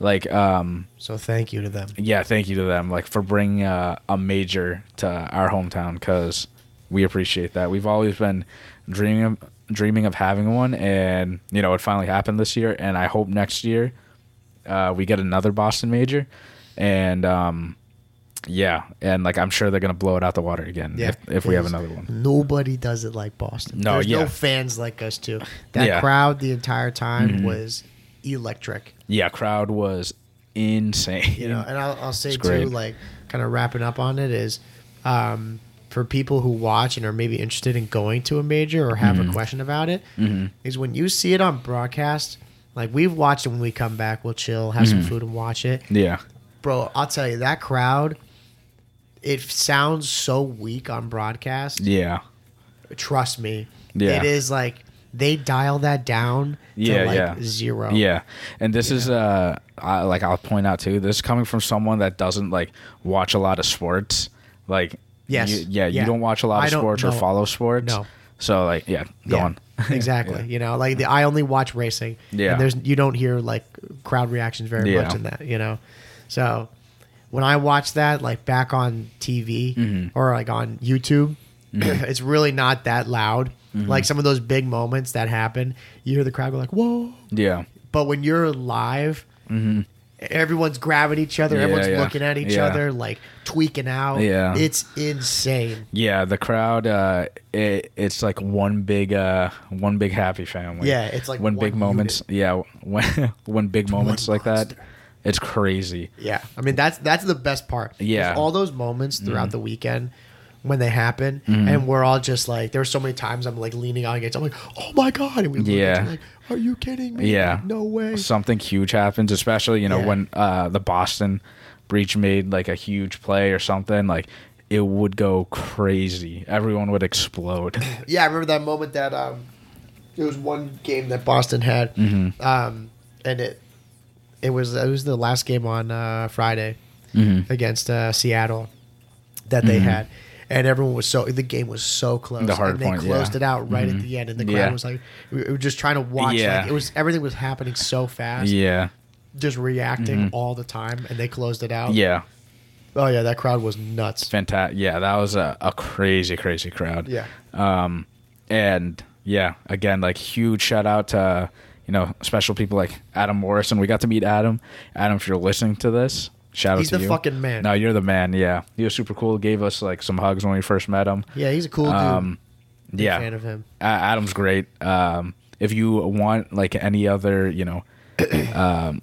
S1: Like, um,
S2: So thank you to them.
S1: yeah, thank you to them, like for bringing uh, a major to our hometown because we appreciate that. We've always been dreaming of, dreaming of having one, and you know it finally happened this year. And I hope next year uh, we get another Boston major, and um, yeah, and like I'm sure they're gonna blow it out the water again
S2: Yeah,
S1: if, if we have
S2: is.
S1: another one.
S2: Nobody does it like Boston.
S1: No,
S2: There's
S1: yeah.
S2: no fans like us too.
S1: Yeah.
S2: That
S1: Mm-hmm.
S2: crowd the entire time was electric.
S1: Yeah, crowd was insane.
S2: You know, and I'll, I'll say
S1: It's
S2: too,
S1: great.
S2: like kind of wrapping up on it is, um, for people who watch and are maybe interested in going to a major or have
S1: Mm-hmm.
S2: a question about it, is when you see it on broadcast. Like we've watched it when we come back, we'll chill, have
S1: Mm-hmm.
S2: some food, and watch it.
S1: yeah,
S2: bro i'll tell you that crowd it sounds so weak on broadcast
S1: yeah,
S2: trust me
S1: Yeah.
S2: it is like they dial that down
S1: Yeah,
S2: to like
S1: yeah.
S2: zero
S1: yeah. And this is uh, I, like I'll point out too. This is coming from someone that doesn't like watch a lot of sports. Like,
S2: Yes.
S1: you- yeah,
S2: Yeah.
S1: you don't watch a lot
S2: I
S1: of
S2: don't
S1: sports or
S2: know.
S1: follow sports.
S2: No.
S1: So like, yeah, go
S2: Yeah,
S1: on.
S2: exactly you know like the, i only watch racing
S1: Yeah.
S2: and there's you don't hear like crowd reactions very
S1: Yeah.
S2: much in that you know so when i watch that like back on tv
S1: Mm-hmm.
S2: or like on youtube it's really not that loud
S1: Mm-hmm.
S2: like some of those big moments that happen you hear the crowd go like whoa
S1: Yeah.
S2: But when you're live, everyone's grabbing each other,
S1: Mm-hmm. Yeah,
S2: everyone's
S1: yeah.
S2: looking at each
S1: Yeah.
S2: other, like tweaking out.
S1: Yeah.
S2: It's insane.
S1: Yeah, the crowd. Uh, it, it's like one big, uh, one big happy family.
S2: Yeah, it's like
S1: when
S2: one
S1: big moments. Yeah, when when big moments like that, it's crazy.
S2: Yeah. I mean that's that's the best part. is
S1: Yeah. Mm.
S2: All those moments throughout the weekend when they happen
S1: Mm-hmm.
S2: and we're all just like there were so many times I'm like leaning on against I'm like, Oh my god and we look at
S1: Yeah.
S2: each other like, Are you kidding me?
S1: Yeah.
S2: Like, no way.
S1: Something huge happens, especially, you know,
S2: Yeah.
S1: when uh, the Boston breach made like a huge play or something, like it would go crazy. Everyone would explode.
S2: yeah, I remember that moment that um, it was one game that Boston had,
S1: Mm-hmm.
S2: um, and it it was it was the last game on uh, Friday
S1: Mm-hmm.
S2: against uh, Seattle that they had, and everyone was so the game was so close.
S1: The hard
S2: and they
S1: point,
S2: closed
S1: yeah. Mm-hmm.
S2: it out right at the end, and the crowd
S1: Yeah.
S2: was like, we were just trying to watch.
S1: Yeah.
S2: Like, it was everything was happening so fast,
S1: yeah. Mm-hmm.
S2: just reacting all the time, and they closed it out.
S1: Yeah.
S2: Oh yeah, that crowd was nuts.
S1: Fantastic. Yeah, that was a, a crazy, crazy crowd.
S2: Yeah.
S1: And yeah, again, like huge shout out to, you know, special people like Adam Morrison. We got to meet Adam. Adam, if you're listening to this, shout out
S2: He's
S1: to
S2: the
S1: you.
S2: fucking man.
S1: No, you're the man. Yeah. He was super cool. Gave us like some hugs when we first met him.
S2: Yeah, he's a cool dude.
S1: Um,
S2: Big
S1: yeah.
S2: fan of him.
S1: A- Adam's great. Um, if you want like any other, you know, um,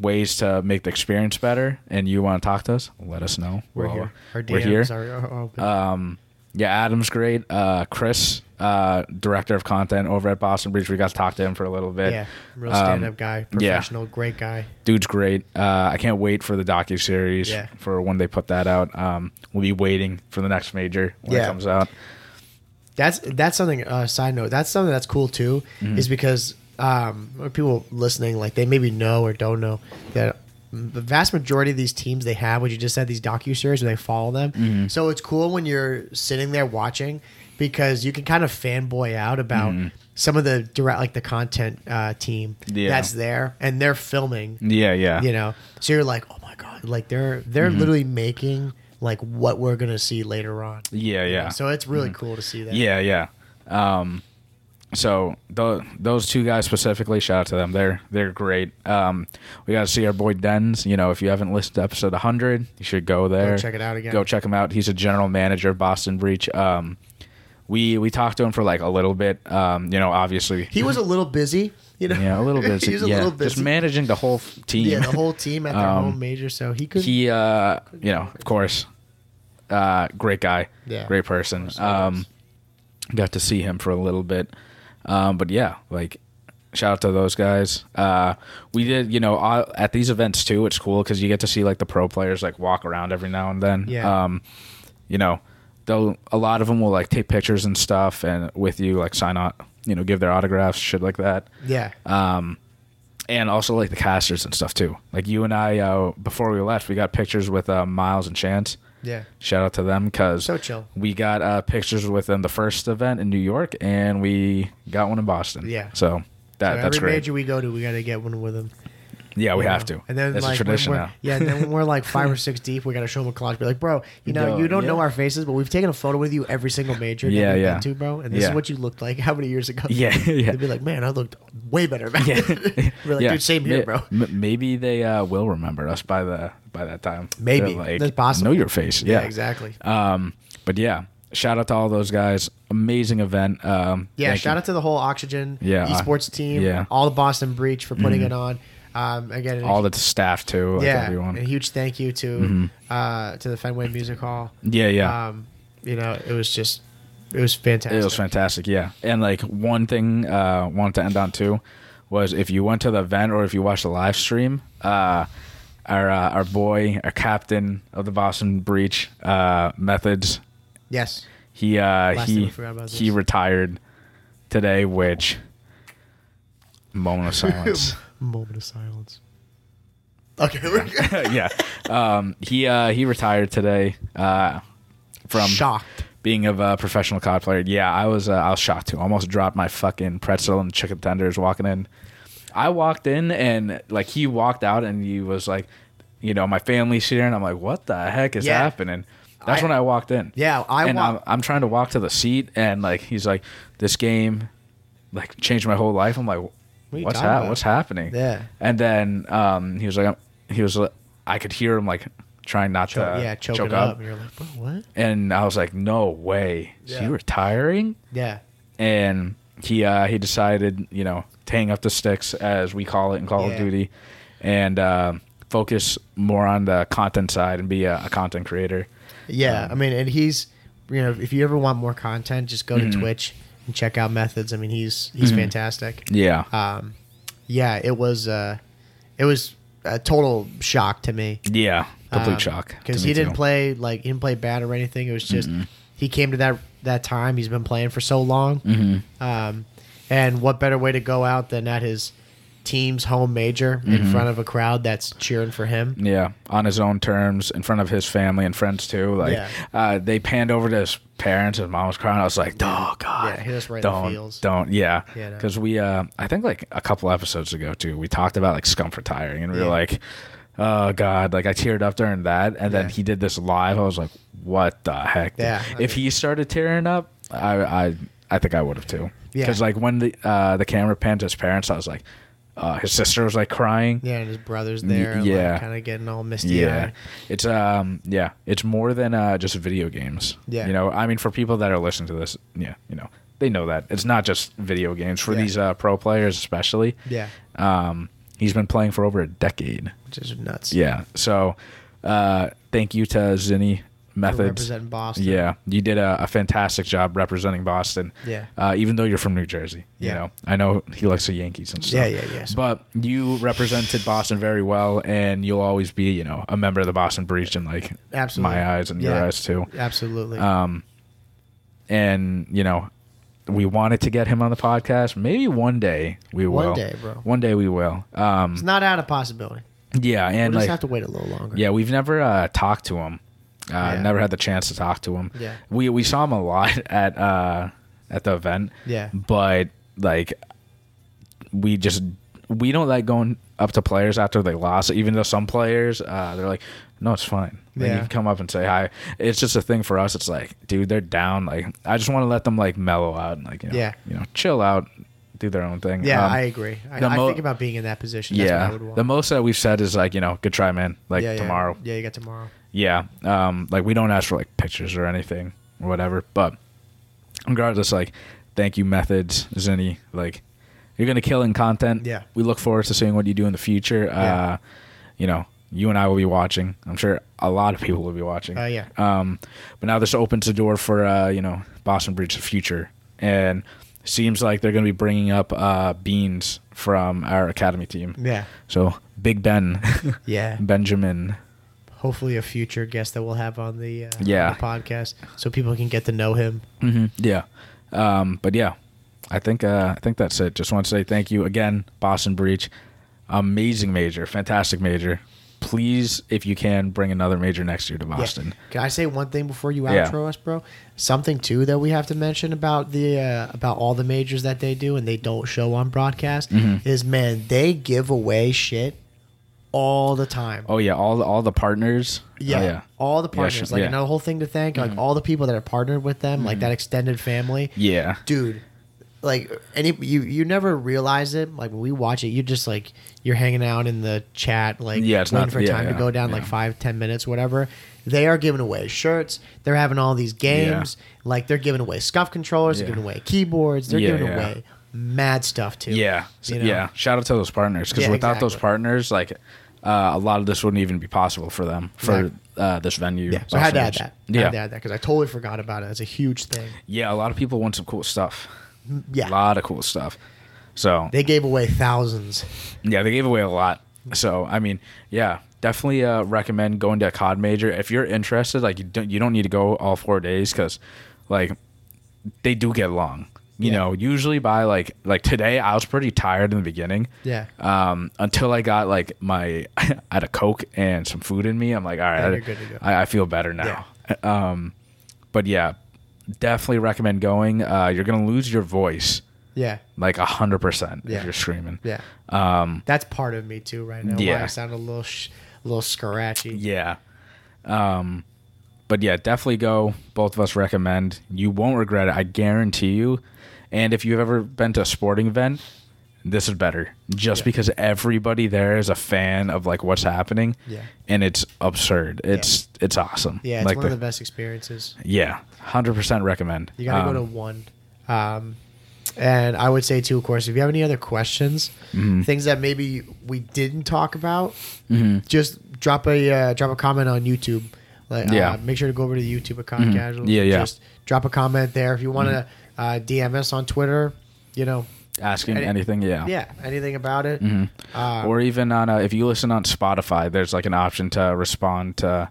S1: ways to make the experience better, and you want to talk to us, let us know.
S2: We're
S1: Well,
S2: here. Our DMs
S1: We're here.
S2: Are, oh, are open.
S1: Yeah, Adam's great. Uh, Chris, uh, director of content over at Boston Breach, we got to talk to him for a little bit.
S2: Yeah, real
S1: Um,
S2: stand up guy,
S1: yeah.
S2: professional, great guy.
S1: dude's great. Uh, I can't wait for the docu series
S2: Yeah.
S1: for when they put that out. Um, we'll be waiting for the next major when it
S2: Yeah.
S1: comes out.
S2: That's that's something. Uh, side note, that's something that's cool too,
S1: Mm-hmm.
S2: is because um, or people listening like they maybe know or don't know that the vast majority of these teams they have, what you just said, these docu series, they follow them.
S1: Mm-hmm.
S2: So it's cool when you're sitting there watching because you can kind of fanboy out about.
S1: Mm-hmm.
S2: Some of the direct, like the content uh, team
S1: Yeah.
S2: that's there, and they're filming.
S1: Yeah, yeah, Mm-hmm.
S2: you know so you're like oh my god like they're they're literally making like what we're gonna see later on
S1: yeah, yeah. Mm-hmm.
S2: so it's really cool to see that
S1: Yeah, yeah. Um, so tho- those two guys specifically, shout out to them. They're they're great. Um, we got to see our boy Dens. You know, if you haven't listened to episode 100, you should go there.
S2: check it out again.
S1: Go check him out. He's a general manager of Boston Breach. Um, we we talked to him for like a little bit. Um, you know, obviously.
S2: he was a little busy you know
S1: yeah, a little bit.
S2: he was a
S1: yeah,
S2: little busy
S1: just managing the whole f- team.
S2: yeah the whole team at their home major so he could
S1: he uh you know of course uh great guy
S2: Yeah.
S1: great person um got to see him for a little bit um but yeah like shout out to those guys uh we did you know uh, at these events too it's cool because you get to see like the pro players like walk around every now and then
S2: Yeah.
S1: um you know they'll a lot of them will like take pictures and stuff and with you like sign on you know give their autographs shit like that
S2: yeah
S1: uh, and also like the casters and stuff too. Like you and I, uh, before we left, we got pictures with uh, Miles and Chance.
S2: yeah
S1: Shout out to them because
S2: So chill.
S1: we got uh, pictures with them the first event in New York, and we got one in Boston.
S2: Yeah.
S1: so that
S2: So
S1: that's
S2: every
S1: great.
S2: major we go to we gotta get one with him
S1: Yeah, Oh, we
S2: you
S1: have
S2: know?
S1: to. It's a
S2: like, when
S1: tradition
S2: we're-
S1: now.
S2: Yeah, and then when we're like five or six deep, we got to show them a collage. Be like, bro, you know,
S1: Yo,
S2: you don't know
S1: yeah.
S2: our faces, but we've taken a photo with you every single major. that
S1: Yeah,
S2: we've
S1: yeah.
S2: Been to, bro, and this
S1: Yeah.
S2: is what you looked like how many years ago?
S1: Yeah, yeah.
S2: They'd be like, man, I looked way better back.
S1: Yeah.
S2: then." we're like,
S1: Yeah.
S2: dude, same here,
S1: May-
S2: bro.
S1: m- maybe they uh, will remember us by the by that time.
S2: Maybe.
S1: They're
S2: That's possible.
S1: Know your face. Yeah,
S2: Yeah, exactly.
S1: Um, but yeah, shout out to all those guys. Amazing event. Um,
S2: Yeah,
S1: thank
S2: shout
S1: you.
S2: out to the whole Oxygen
S1: Yeah, uh,
S2: esports team,
S1: yeah. Mm-hmm.
S2: all the Boston Breach for putting it on. Um, again,
S1: all the staff too. Like
S2: yeah,
S1: everyone. Mm-hmm.
S2: a huge thank you to uh, to the Fenway Music Hall.
S1: Yeah, yeah.
S2: Um, you know, it was just it was fantastic.
S1: It was fantastic, yeah. And like one thing uh wanted to end on too was if you went to the event or if you watched the live stream, uh our uh, our boy, our captain of the Boston Breach, uh methods,
S2: Yes,
S1: he uh
S2: time we
S1: he
S2: forgot about
S1: he
S2: this.
S1: retired today, which moment of silence.
S2: moment of silence. Okay, we're good.
S1: yeah. Um he uh he retired today uh from
S2: shocked.
S1: being of a professional COD player, yeah, I was uh, I was shocked too. Almost dropped my fucking pretzel and chicken tenders walking in. I walked in and like he walked out and he was like, you know, my family's here and I'm like, what the heck is
S2: Yeah.
S1: happening? That's
S2: I-
S1: when I walked in.
S2: Yeah, I
S1: and um,
S2: wa-
S1: I'm, I'm trying to walk to the seat and like he's like, this game, like changed my whole life. I'm like,
S2: are you
S1: what's
S2: talking
S1: hap-
S2: about?
S1: what's happening?
S2: Yeah.
S1: And then um, he was like, he was, like- I could hear him like trying not
S2: Choke-
S1: to
S2: yeah, choke, it up. You're like, bro, what?
S1: and I was like, "No way, is he
S2: Yeah.
S1: retiring?"
S2: Yeah,
S1: And he uh, he decided, you know, to hang up the sticks as we call it in Call of
S2: Yeah.
S1: Duty, and uh, focus more on the content side and be a, a content creator.
S2: yeah.
S1: Um,
S2: I mean, and he's you know, if you ever want more content, just go
S1: Mm-hmm.
S2: to Twitch and check out Methods. I mean, he's he's fantastic.
S1: Yeah,
S2: Um, yeah, it was uh, it was a total shock to me.
S1: yeah, complete shock to
S2: Uh, because
S1: me
S2: he didn't
S1: too.
S2: play like he didn't play bad or anything. It was just he came to that that time. He's been playing for so long,
S1: Mm-hmm.
S2: um, and what better way to go out than at his team's home major in
S1: Mm-hmm.
S2: front of a crowd that's cheering for him?
S1: Yeah, on his own terms, in front of his family and friends too. Like
S2: Yeah.
S1: uh, they panned over to his parents, his mom was crying. I was like, "Oh God,
S2: Yeah, hit us right in the
S1: don't,
S2: feels."
S1: don't, yeah."
S2: Yeah, no.
S1: Because we, uh, I think like a couple episodes ago too, we talked about like scum for tiring, and we were
S2: Yeah.
S1: like, "Oh God!" Like I teared up during that, and then
S2: Yeah.
S1: he did this live. I was like, "What the heck?" dude?"
S2: Yeah, I
S1: if he started tearing up, I, I, I think I would have too.
S2: Yeah.
S1: Because like when the uh, the camera panned to his parents, I was like, uh, his sister was like crying.
S2: Yeah, and his brother's there,
S1: yeah.
S2: like, kind of getting all misty.
S1: Yeah. It's um yeah, it's more than uh just video games.
S2: Yeah.
S1: You know, I mean for people that are listening to this, yeah, you know, they know that. It's not just video games for
S2: Yeah.
S1: these uh pro players especially.
S2: yeah,
S1: Um he's been playing for over a decade.
S2: which is nuts.
S1: Yeah. So uh thank you to Zinni
S2: For
S1: Methods.
S2: representing Boston.
S1: Yeah, you did a, a fantastic job representing Boston.
S2: Yeah.
S1: uh, even though you're from New Jersey, you
S2: Yeah.
S1: know, I know he likes the Yankees and stuff.
S2: Yeah, yeah, yeah.
S1: But you represented Boston very well, and you'll always be, you know, a member of the Boston Breach in like
S2: Absolutely.
S1: my eyes and your
S2: Yeah.
S1: eyes too.
S2: absolutely.
S1: Um, and you know, we wanted to get him on the podcast. Maybe one day we
S2: One
S1: will.
S2: day, bro.
S1: One day we will. Um,
S2: it's not out of possibility.
S1: yeah,
S2: We
S1: and
S2: just
S1: like
S2: have to wait a little longer.
S1: yeah, we've never uh, talked to him. Uh,
S2: Yeah.
S1: Never had the chance to talk to him.
S2: Yeah.
S1: we we saw him a lot at uh, at the event.
S2: Yeah.
S1: but like we just we don't like going up to players after they lost. Even though some players uh, they're like, no, it's fine. Like,
S2: Yeah.
S1: you can come up and say hi. It's just a thing for us. It's like, dude, they're down. Like I just want to let them like mellow out and like you know,
S2: Yeah.
S1: you know, chill out, do their own thing.
S2: Yeah,
S1: Um,
S2: I agree. I,
S1: the
S2: I
S1: mo-
S2: think about being in that position. That's what I
S1: yeah,
S2: would want.
S1: the most that we've said is like you know, good try, man. Like
S2: yeah, yeah.
S1: tomorrow,
S2: Yeah, you got tomorrow.
S1: yeah um like we don't ask for like pictures or anything or whatever but regardless like thank you methods zinni like you're gonna kill in content
S2: Yeah.
S1: we look forward to seeing what you do in the future uh
S2: Yeah.
S1: you know you and i will be watching i'm sure a lot of people will be watching
S2: Oh, yeah.
S1: um but now this opens the door for uh you know boston breach's future and seems like they're gonna be bringing up uh beans from our academy team
S2: Yeah.
S1: so big ben
S2: Mm. Yeah.
S1: benjamin
S2: Hopefully, a future guest that we'll have on the, uh,
S1: Yeah.
S2: on the podcast so people can get to know him.
S1: hmm Yeah, um, but yeah, I think uh, I think that's it. Just want to say thank you again, Boston Breach. Amazing major, fantastic major. Please, if you can, bring another major next year to
S2: Yeah.
S1: Boston.
S2: Can I say one thing before you
S1: Yeah.
S2: outro us, bro? Something too that we have to mention about the uh, about all the
S1: Mm-hmm.
S2: majors that they do and they don't show on broadcast is man, they give away shit all the time.
S1: Oh yeah, all the, all the partners.
S2: Yeah,
S1: Oh, yeah.
S2: all the
S1: Yeah,
S2: partners,
S1: sure,
S2: like
S1: yeah. Mm-hmm.
S2: another whole thing to thank, like all the people that are partnered with them, like that extended family.
S1: Yeah.
S2: dude. Like any you, you never realize it. Like when we watch it, you just like you're hanging out in the chat, like
S1: Yeah, it's
S2: waiting
S1: not-
S2: for
S1: yeah,
S2: time
S1: yeah,
S2: to go down, like
S1: yeah.
S2: five, ten minutes, whatever. They are giving away shirts. They're having all these games. Like they're giving away scuff controllers.
S1: Yeah.
S2: They're giving away keyboards. They're
S1: Yeah,
S2: giving
S1: yeah.
S2: away mad stuff too.
S1: Yeah,
S2: you know?
S1: yeah. Shout out to those partners because
S2: Yeah,
S1: without those
S2: exactly.
S1: partners, like uh, a lot of this wouldn't even be possible for them for
S2: Exactly.
S1: uh, this venue.
S2: yeah. So I had to add
S1: Sausage.
S2: that. I
S1: Yeah,
S2: had to add that because I totally forgot about it. It's a huge thing.
S1: yeah. A lot of people want some cool stuff.
S2: Yeah,
S1: A lot of cool stuff. So
S2: they gave away thousands.
S1: yeah, they gave away a lot. So I mean, yeah, definitely uh, recommend going to a COD major if you're interested. Like you don't you don't need to go all four days because like they do get long. You
S2: Yeah.
S1: know, usually by like like today, I was pretty tired in the beginning.
S2: Yeah.
S1: Um, until I got like my I had a Coke and some food in me. I'm like, all right,
S2: Then
S1: I,
S2: you're good to go.
S1: I, I feel better now. Um, but yeah, definitely recommend going. Uh, you're gonna lose your voice
S2: Yeah,
S1: like a hundred percent if
S2: Yeah.
S1: you're screaming.
S2: yeah.
S1: Um,
S2: That's part of me too right now.
S1: Yeah.
S2: Why I sound a little, sh- a little scratchy.
S1: Yeah. Um, but yeah, definitely go. Both of us recommend. You won't regret it. I guarantee you. And if you've ever been to a sporting event, this is better just
S2: Yeah.
S1: because everybody there is a fan of like what's happening.
S2: Yeah.
S1: And it's absurd. It's it's awesome.
S2: Yeah, it's
S1: like
S2: one of the best experiences.
S1: Yeah. 100% recommend.
S2: You gotta
S1: Um,
S2: go to one. Um, and I would say too, of course, if you have any other questions,
S1: Mm-hmm.
S2: things that maybe we didn't talk about,
S1: Mm-hmm.
S2: just drop a uh, drop a comment on YouTube. Like,
S1: Yeah. Mm-hmm.
S2: uh, make sure to go over to the YouTube at Con Casual.
S1: Yeah, Mm-hmm. yeah.
S2: Just drop a comment there if you want to uh, DM us on Twitter. You know,
S1: asking
S2: any-
S1: anything. Yeah. Mm-hmm.
S2: yeah, anything about it. Uh,
S1: or even on uh if you listen on Spotify, there's like an option to respond to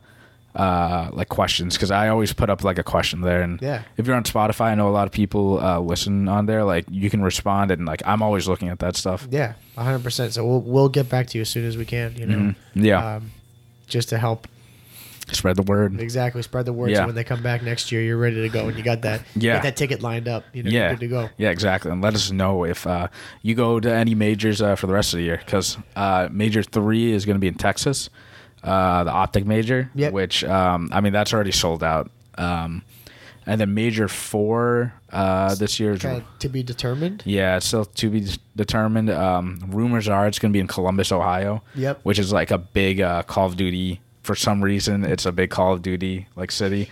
S1: uh, like questions because I always put up like a question there. And
S2: Yeah.
S1: if you're on Spotify, I know a lot of people uh, listen on there. Like you can respond, and like I'm always looking at that stuff.
S2: Yeah, 100%. So we'll, we'll get back to you as soon as we can, you know.
S1: Mhm. Yeah,
S2: Um, just to help
S1: spread the word.
S2: exactly spread the word
S1: Yeah.
S2: so when they come back next year you're ready to go and you got that
S1: Yeah.
S2: got that ticket lined up, you know,
S1: yeah,
S2: you're good to go.
S1: yeah, exactly. And let us know if uh, you go to any majors uh, for the rest of the year because uh, major three is going to be in Texas, uh, the optic major,
S2: Yep.
S1: which um, I mean that's already sold out. Um, and then major four uh, this year is
S2: Kind of to be determined.
S1: Yeah, it's still to be determined. Um, rumors are it's going to be in Columbus, Ohio.
S2: Yep.
S1: Which is like a big uh, Call of Duty. For some reason, it's a big Call of Duty like city.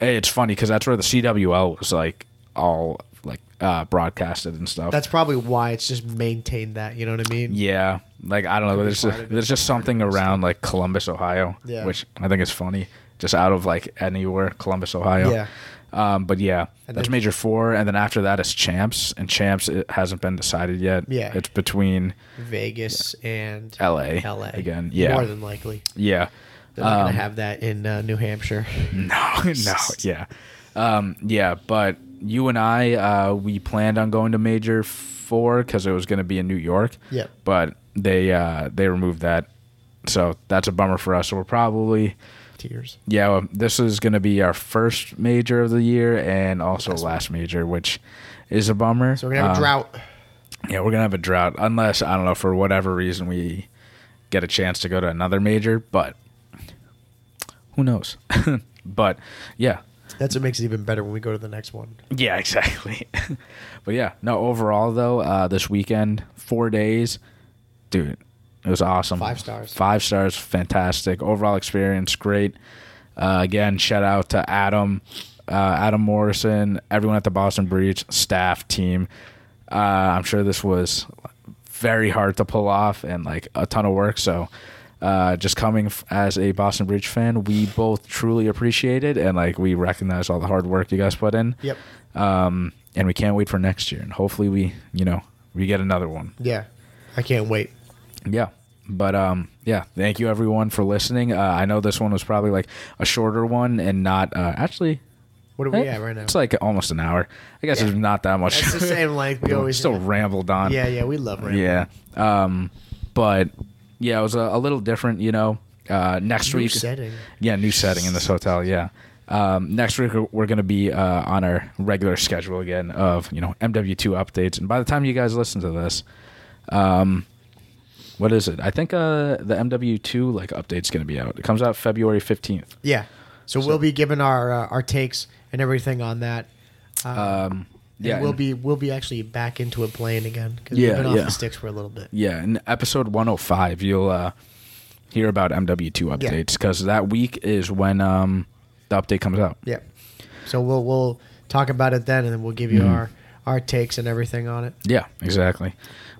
S1: Hey, It's funny because that's where the CWL was like all like uh, broadcasted and stuff.
S2: That's probably why it's just maintained that, you know what I mean?
S1: yeah, like I don't know.
S2: Could be
S1: There's
S2: part of
S1: just,
S2: it.
S1: there's just something around like Columbus, Ohio,
S2: Yeah.
S1: which I think is funny. Just out of like anywhere, Columbus, Ohio.
S2: Yeah.
S1: Um, but yeah,
S2: And
S1: that's
S2: then-
S1: major four, and then after that it's champs, and champs it hasn't been decided yet.
S2: Yeah.
S1: it's between
S2: Vegas and
S1: L.A.
S2: LA.
S1: again. Yeah,
S2: More than likely.
S1: yeah.
S2: They're not going
S1: Um,
S2: to have that in uh, New Hampshire.
S1: no, no, yeah, um, yeah. But you and I, uh, we planned on going to major four because it was going to be in New York.
S2: Yep.
S1: but they uh, they removed that, so that's a bummer for us. So we're probably
S2: Tears.
S1: yeah, well, this is going to be our first major of the year and also last, major, which is a bummer.
S2: So we're going to have
S1: Um,
S2: a drought.
S1: Yeah, we're gonna have a drought unless I don't know for whatever reason we get a chance to go to another major, but who knows? but yeah,
S2: That's what makes it even better when we go to the next one.
S1: yeah, exactly. but yeah, no. Overall though, uh, this weekend, four days, dude, it was awesome.
S2: Five stars.
S1: Five stars, fantastic. Overall experience, great. Uh, again, shout out to Adam, uh, Adam Morrison, everyone at the Boston Breach staff team. Uh, I'm sure this was very hard to pull off and like a ton of work. So, uh, just coming f- as a Boston Breach fan, we both truly appreciate it and like we recognize all the hard work you guys put in.
S2: Yep.
S1: Um, and we can't wait for next year. And hopefully we, you know, we get another one.
S2: Yeah. I can't wait.
S1: Yeah. But um, yeah, thank you everyone for listening. Uh, I know this one was probably like a shorter one and not uh, actually.
S2: What do we have right now?
S1: It's like almost an hour. I guess
S2: Yeah.
S1: it's not that much.
S2: That's the same length we always
S1: still rambled on.
S2: Yeah, yeah, we love Rambo.
S1: Yeah. Um, but yeah, it was a, a little different, you know. Uh, next
S2: New
S1: week,
S2: setting.
S1: yeah, new setting in this hotel. Yeah. Um, next week we're- we're going to be uh, on our regular schedule again of you know MW2 updates, and by the time you guys listen to this, um, What is it? I think uh, the MW2 like update's going to be out. It comes out February 15th.
S2: Yeah. So, we'll be giving our uh, our takes and everything on that. Uh,
S1: Um,
S2: And
S1: yeah.
S2: we'll
S1: and-
S2: be we'll be actually back into it playing again because
S1: Yeah,
S2: we've been off
S1: yeah.
S2: the sticks for a little bit.
S1: Yeah, in episode 105, you'll uh, hear about MW2
S2: Yeah.
S1: updates because that week is when um, the update comes out.
S2: Yeah. So we'll we'll talk about it then, and then we'll give
S1: Mm-hmm.
S2: you our our takes and everything on it.
S1: Yeah, exactly.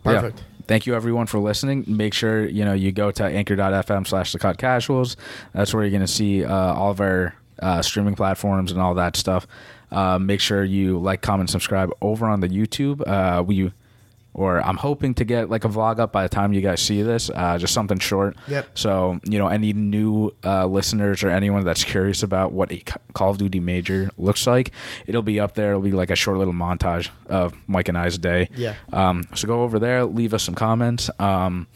S1: But yeah,
S2: Perfect.
S1: Thank you everyone for listening. Make sure you know you go to anchor.fm slash the cut casuals. That's where you're gonna see uh, all of our uh, streaming platforms and all that stuff. Uh, make sure you like, comment, subscribe over on the YouTube. Uh, we or I'm hoping to get like a vlog up by the time you guys see this, uh, just something short.
S2: Yep.
S1: So you know, any new uh, listeners or anyone that's curious about what a C- Call of Duty major looks like, it'll be up there. It'll be like a short little montage of Mike and I's day.
S2: Yeah.
S1: Um, so go over there, leave us some comments. Um,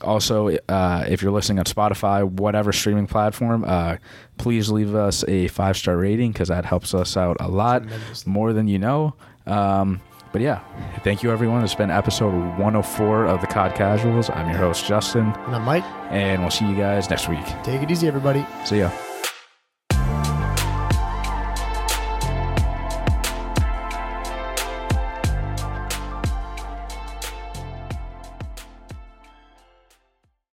S1: also, uh, if you're listening on Spotify, whatever streaming platform, uh, please leave us a five star rating because that helps us out a lot
S2: Tremendously.
S1: more than you know. Um, but yeah, thank you everyone. It's been episode 104 of the COD Casuals. I'm your host, Justin,
S2: And I'm Mike.
S1: and we'll see you guys next week.
S2: Take it easy, everybody.
S1: See ya.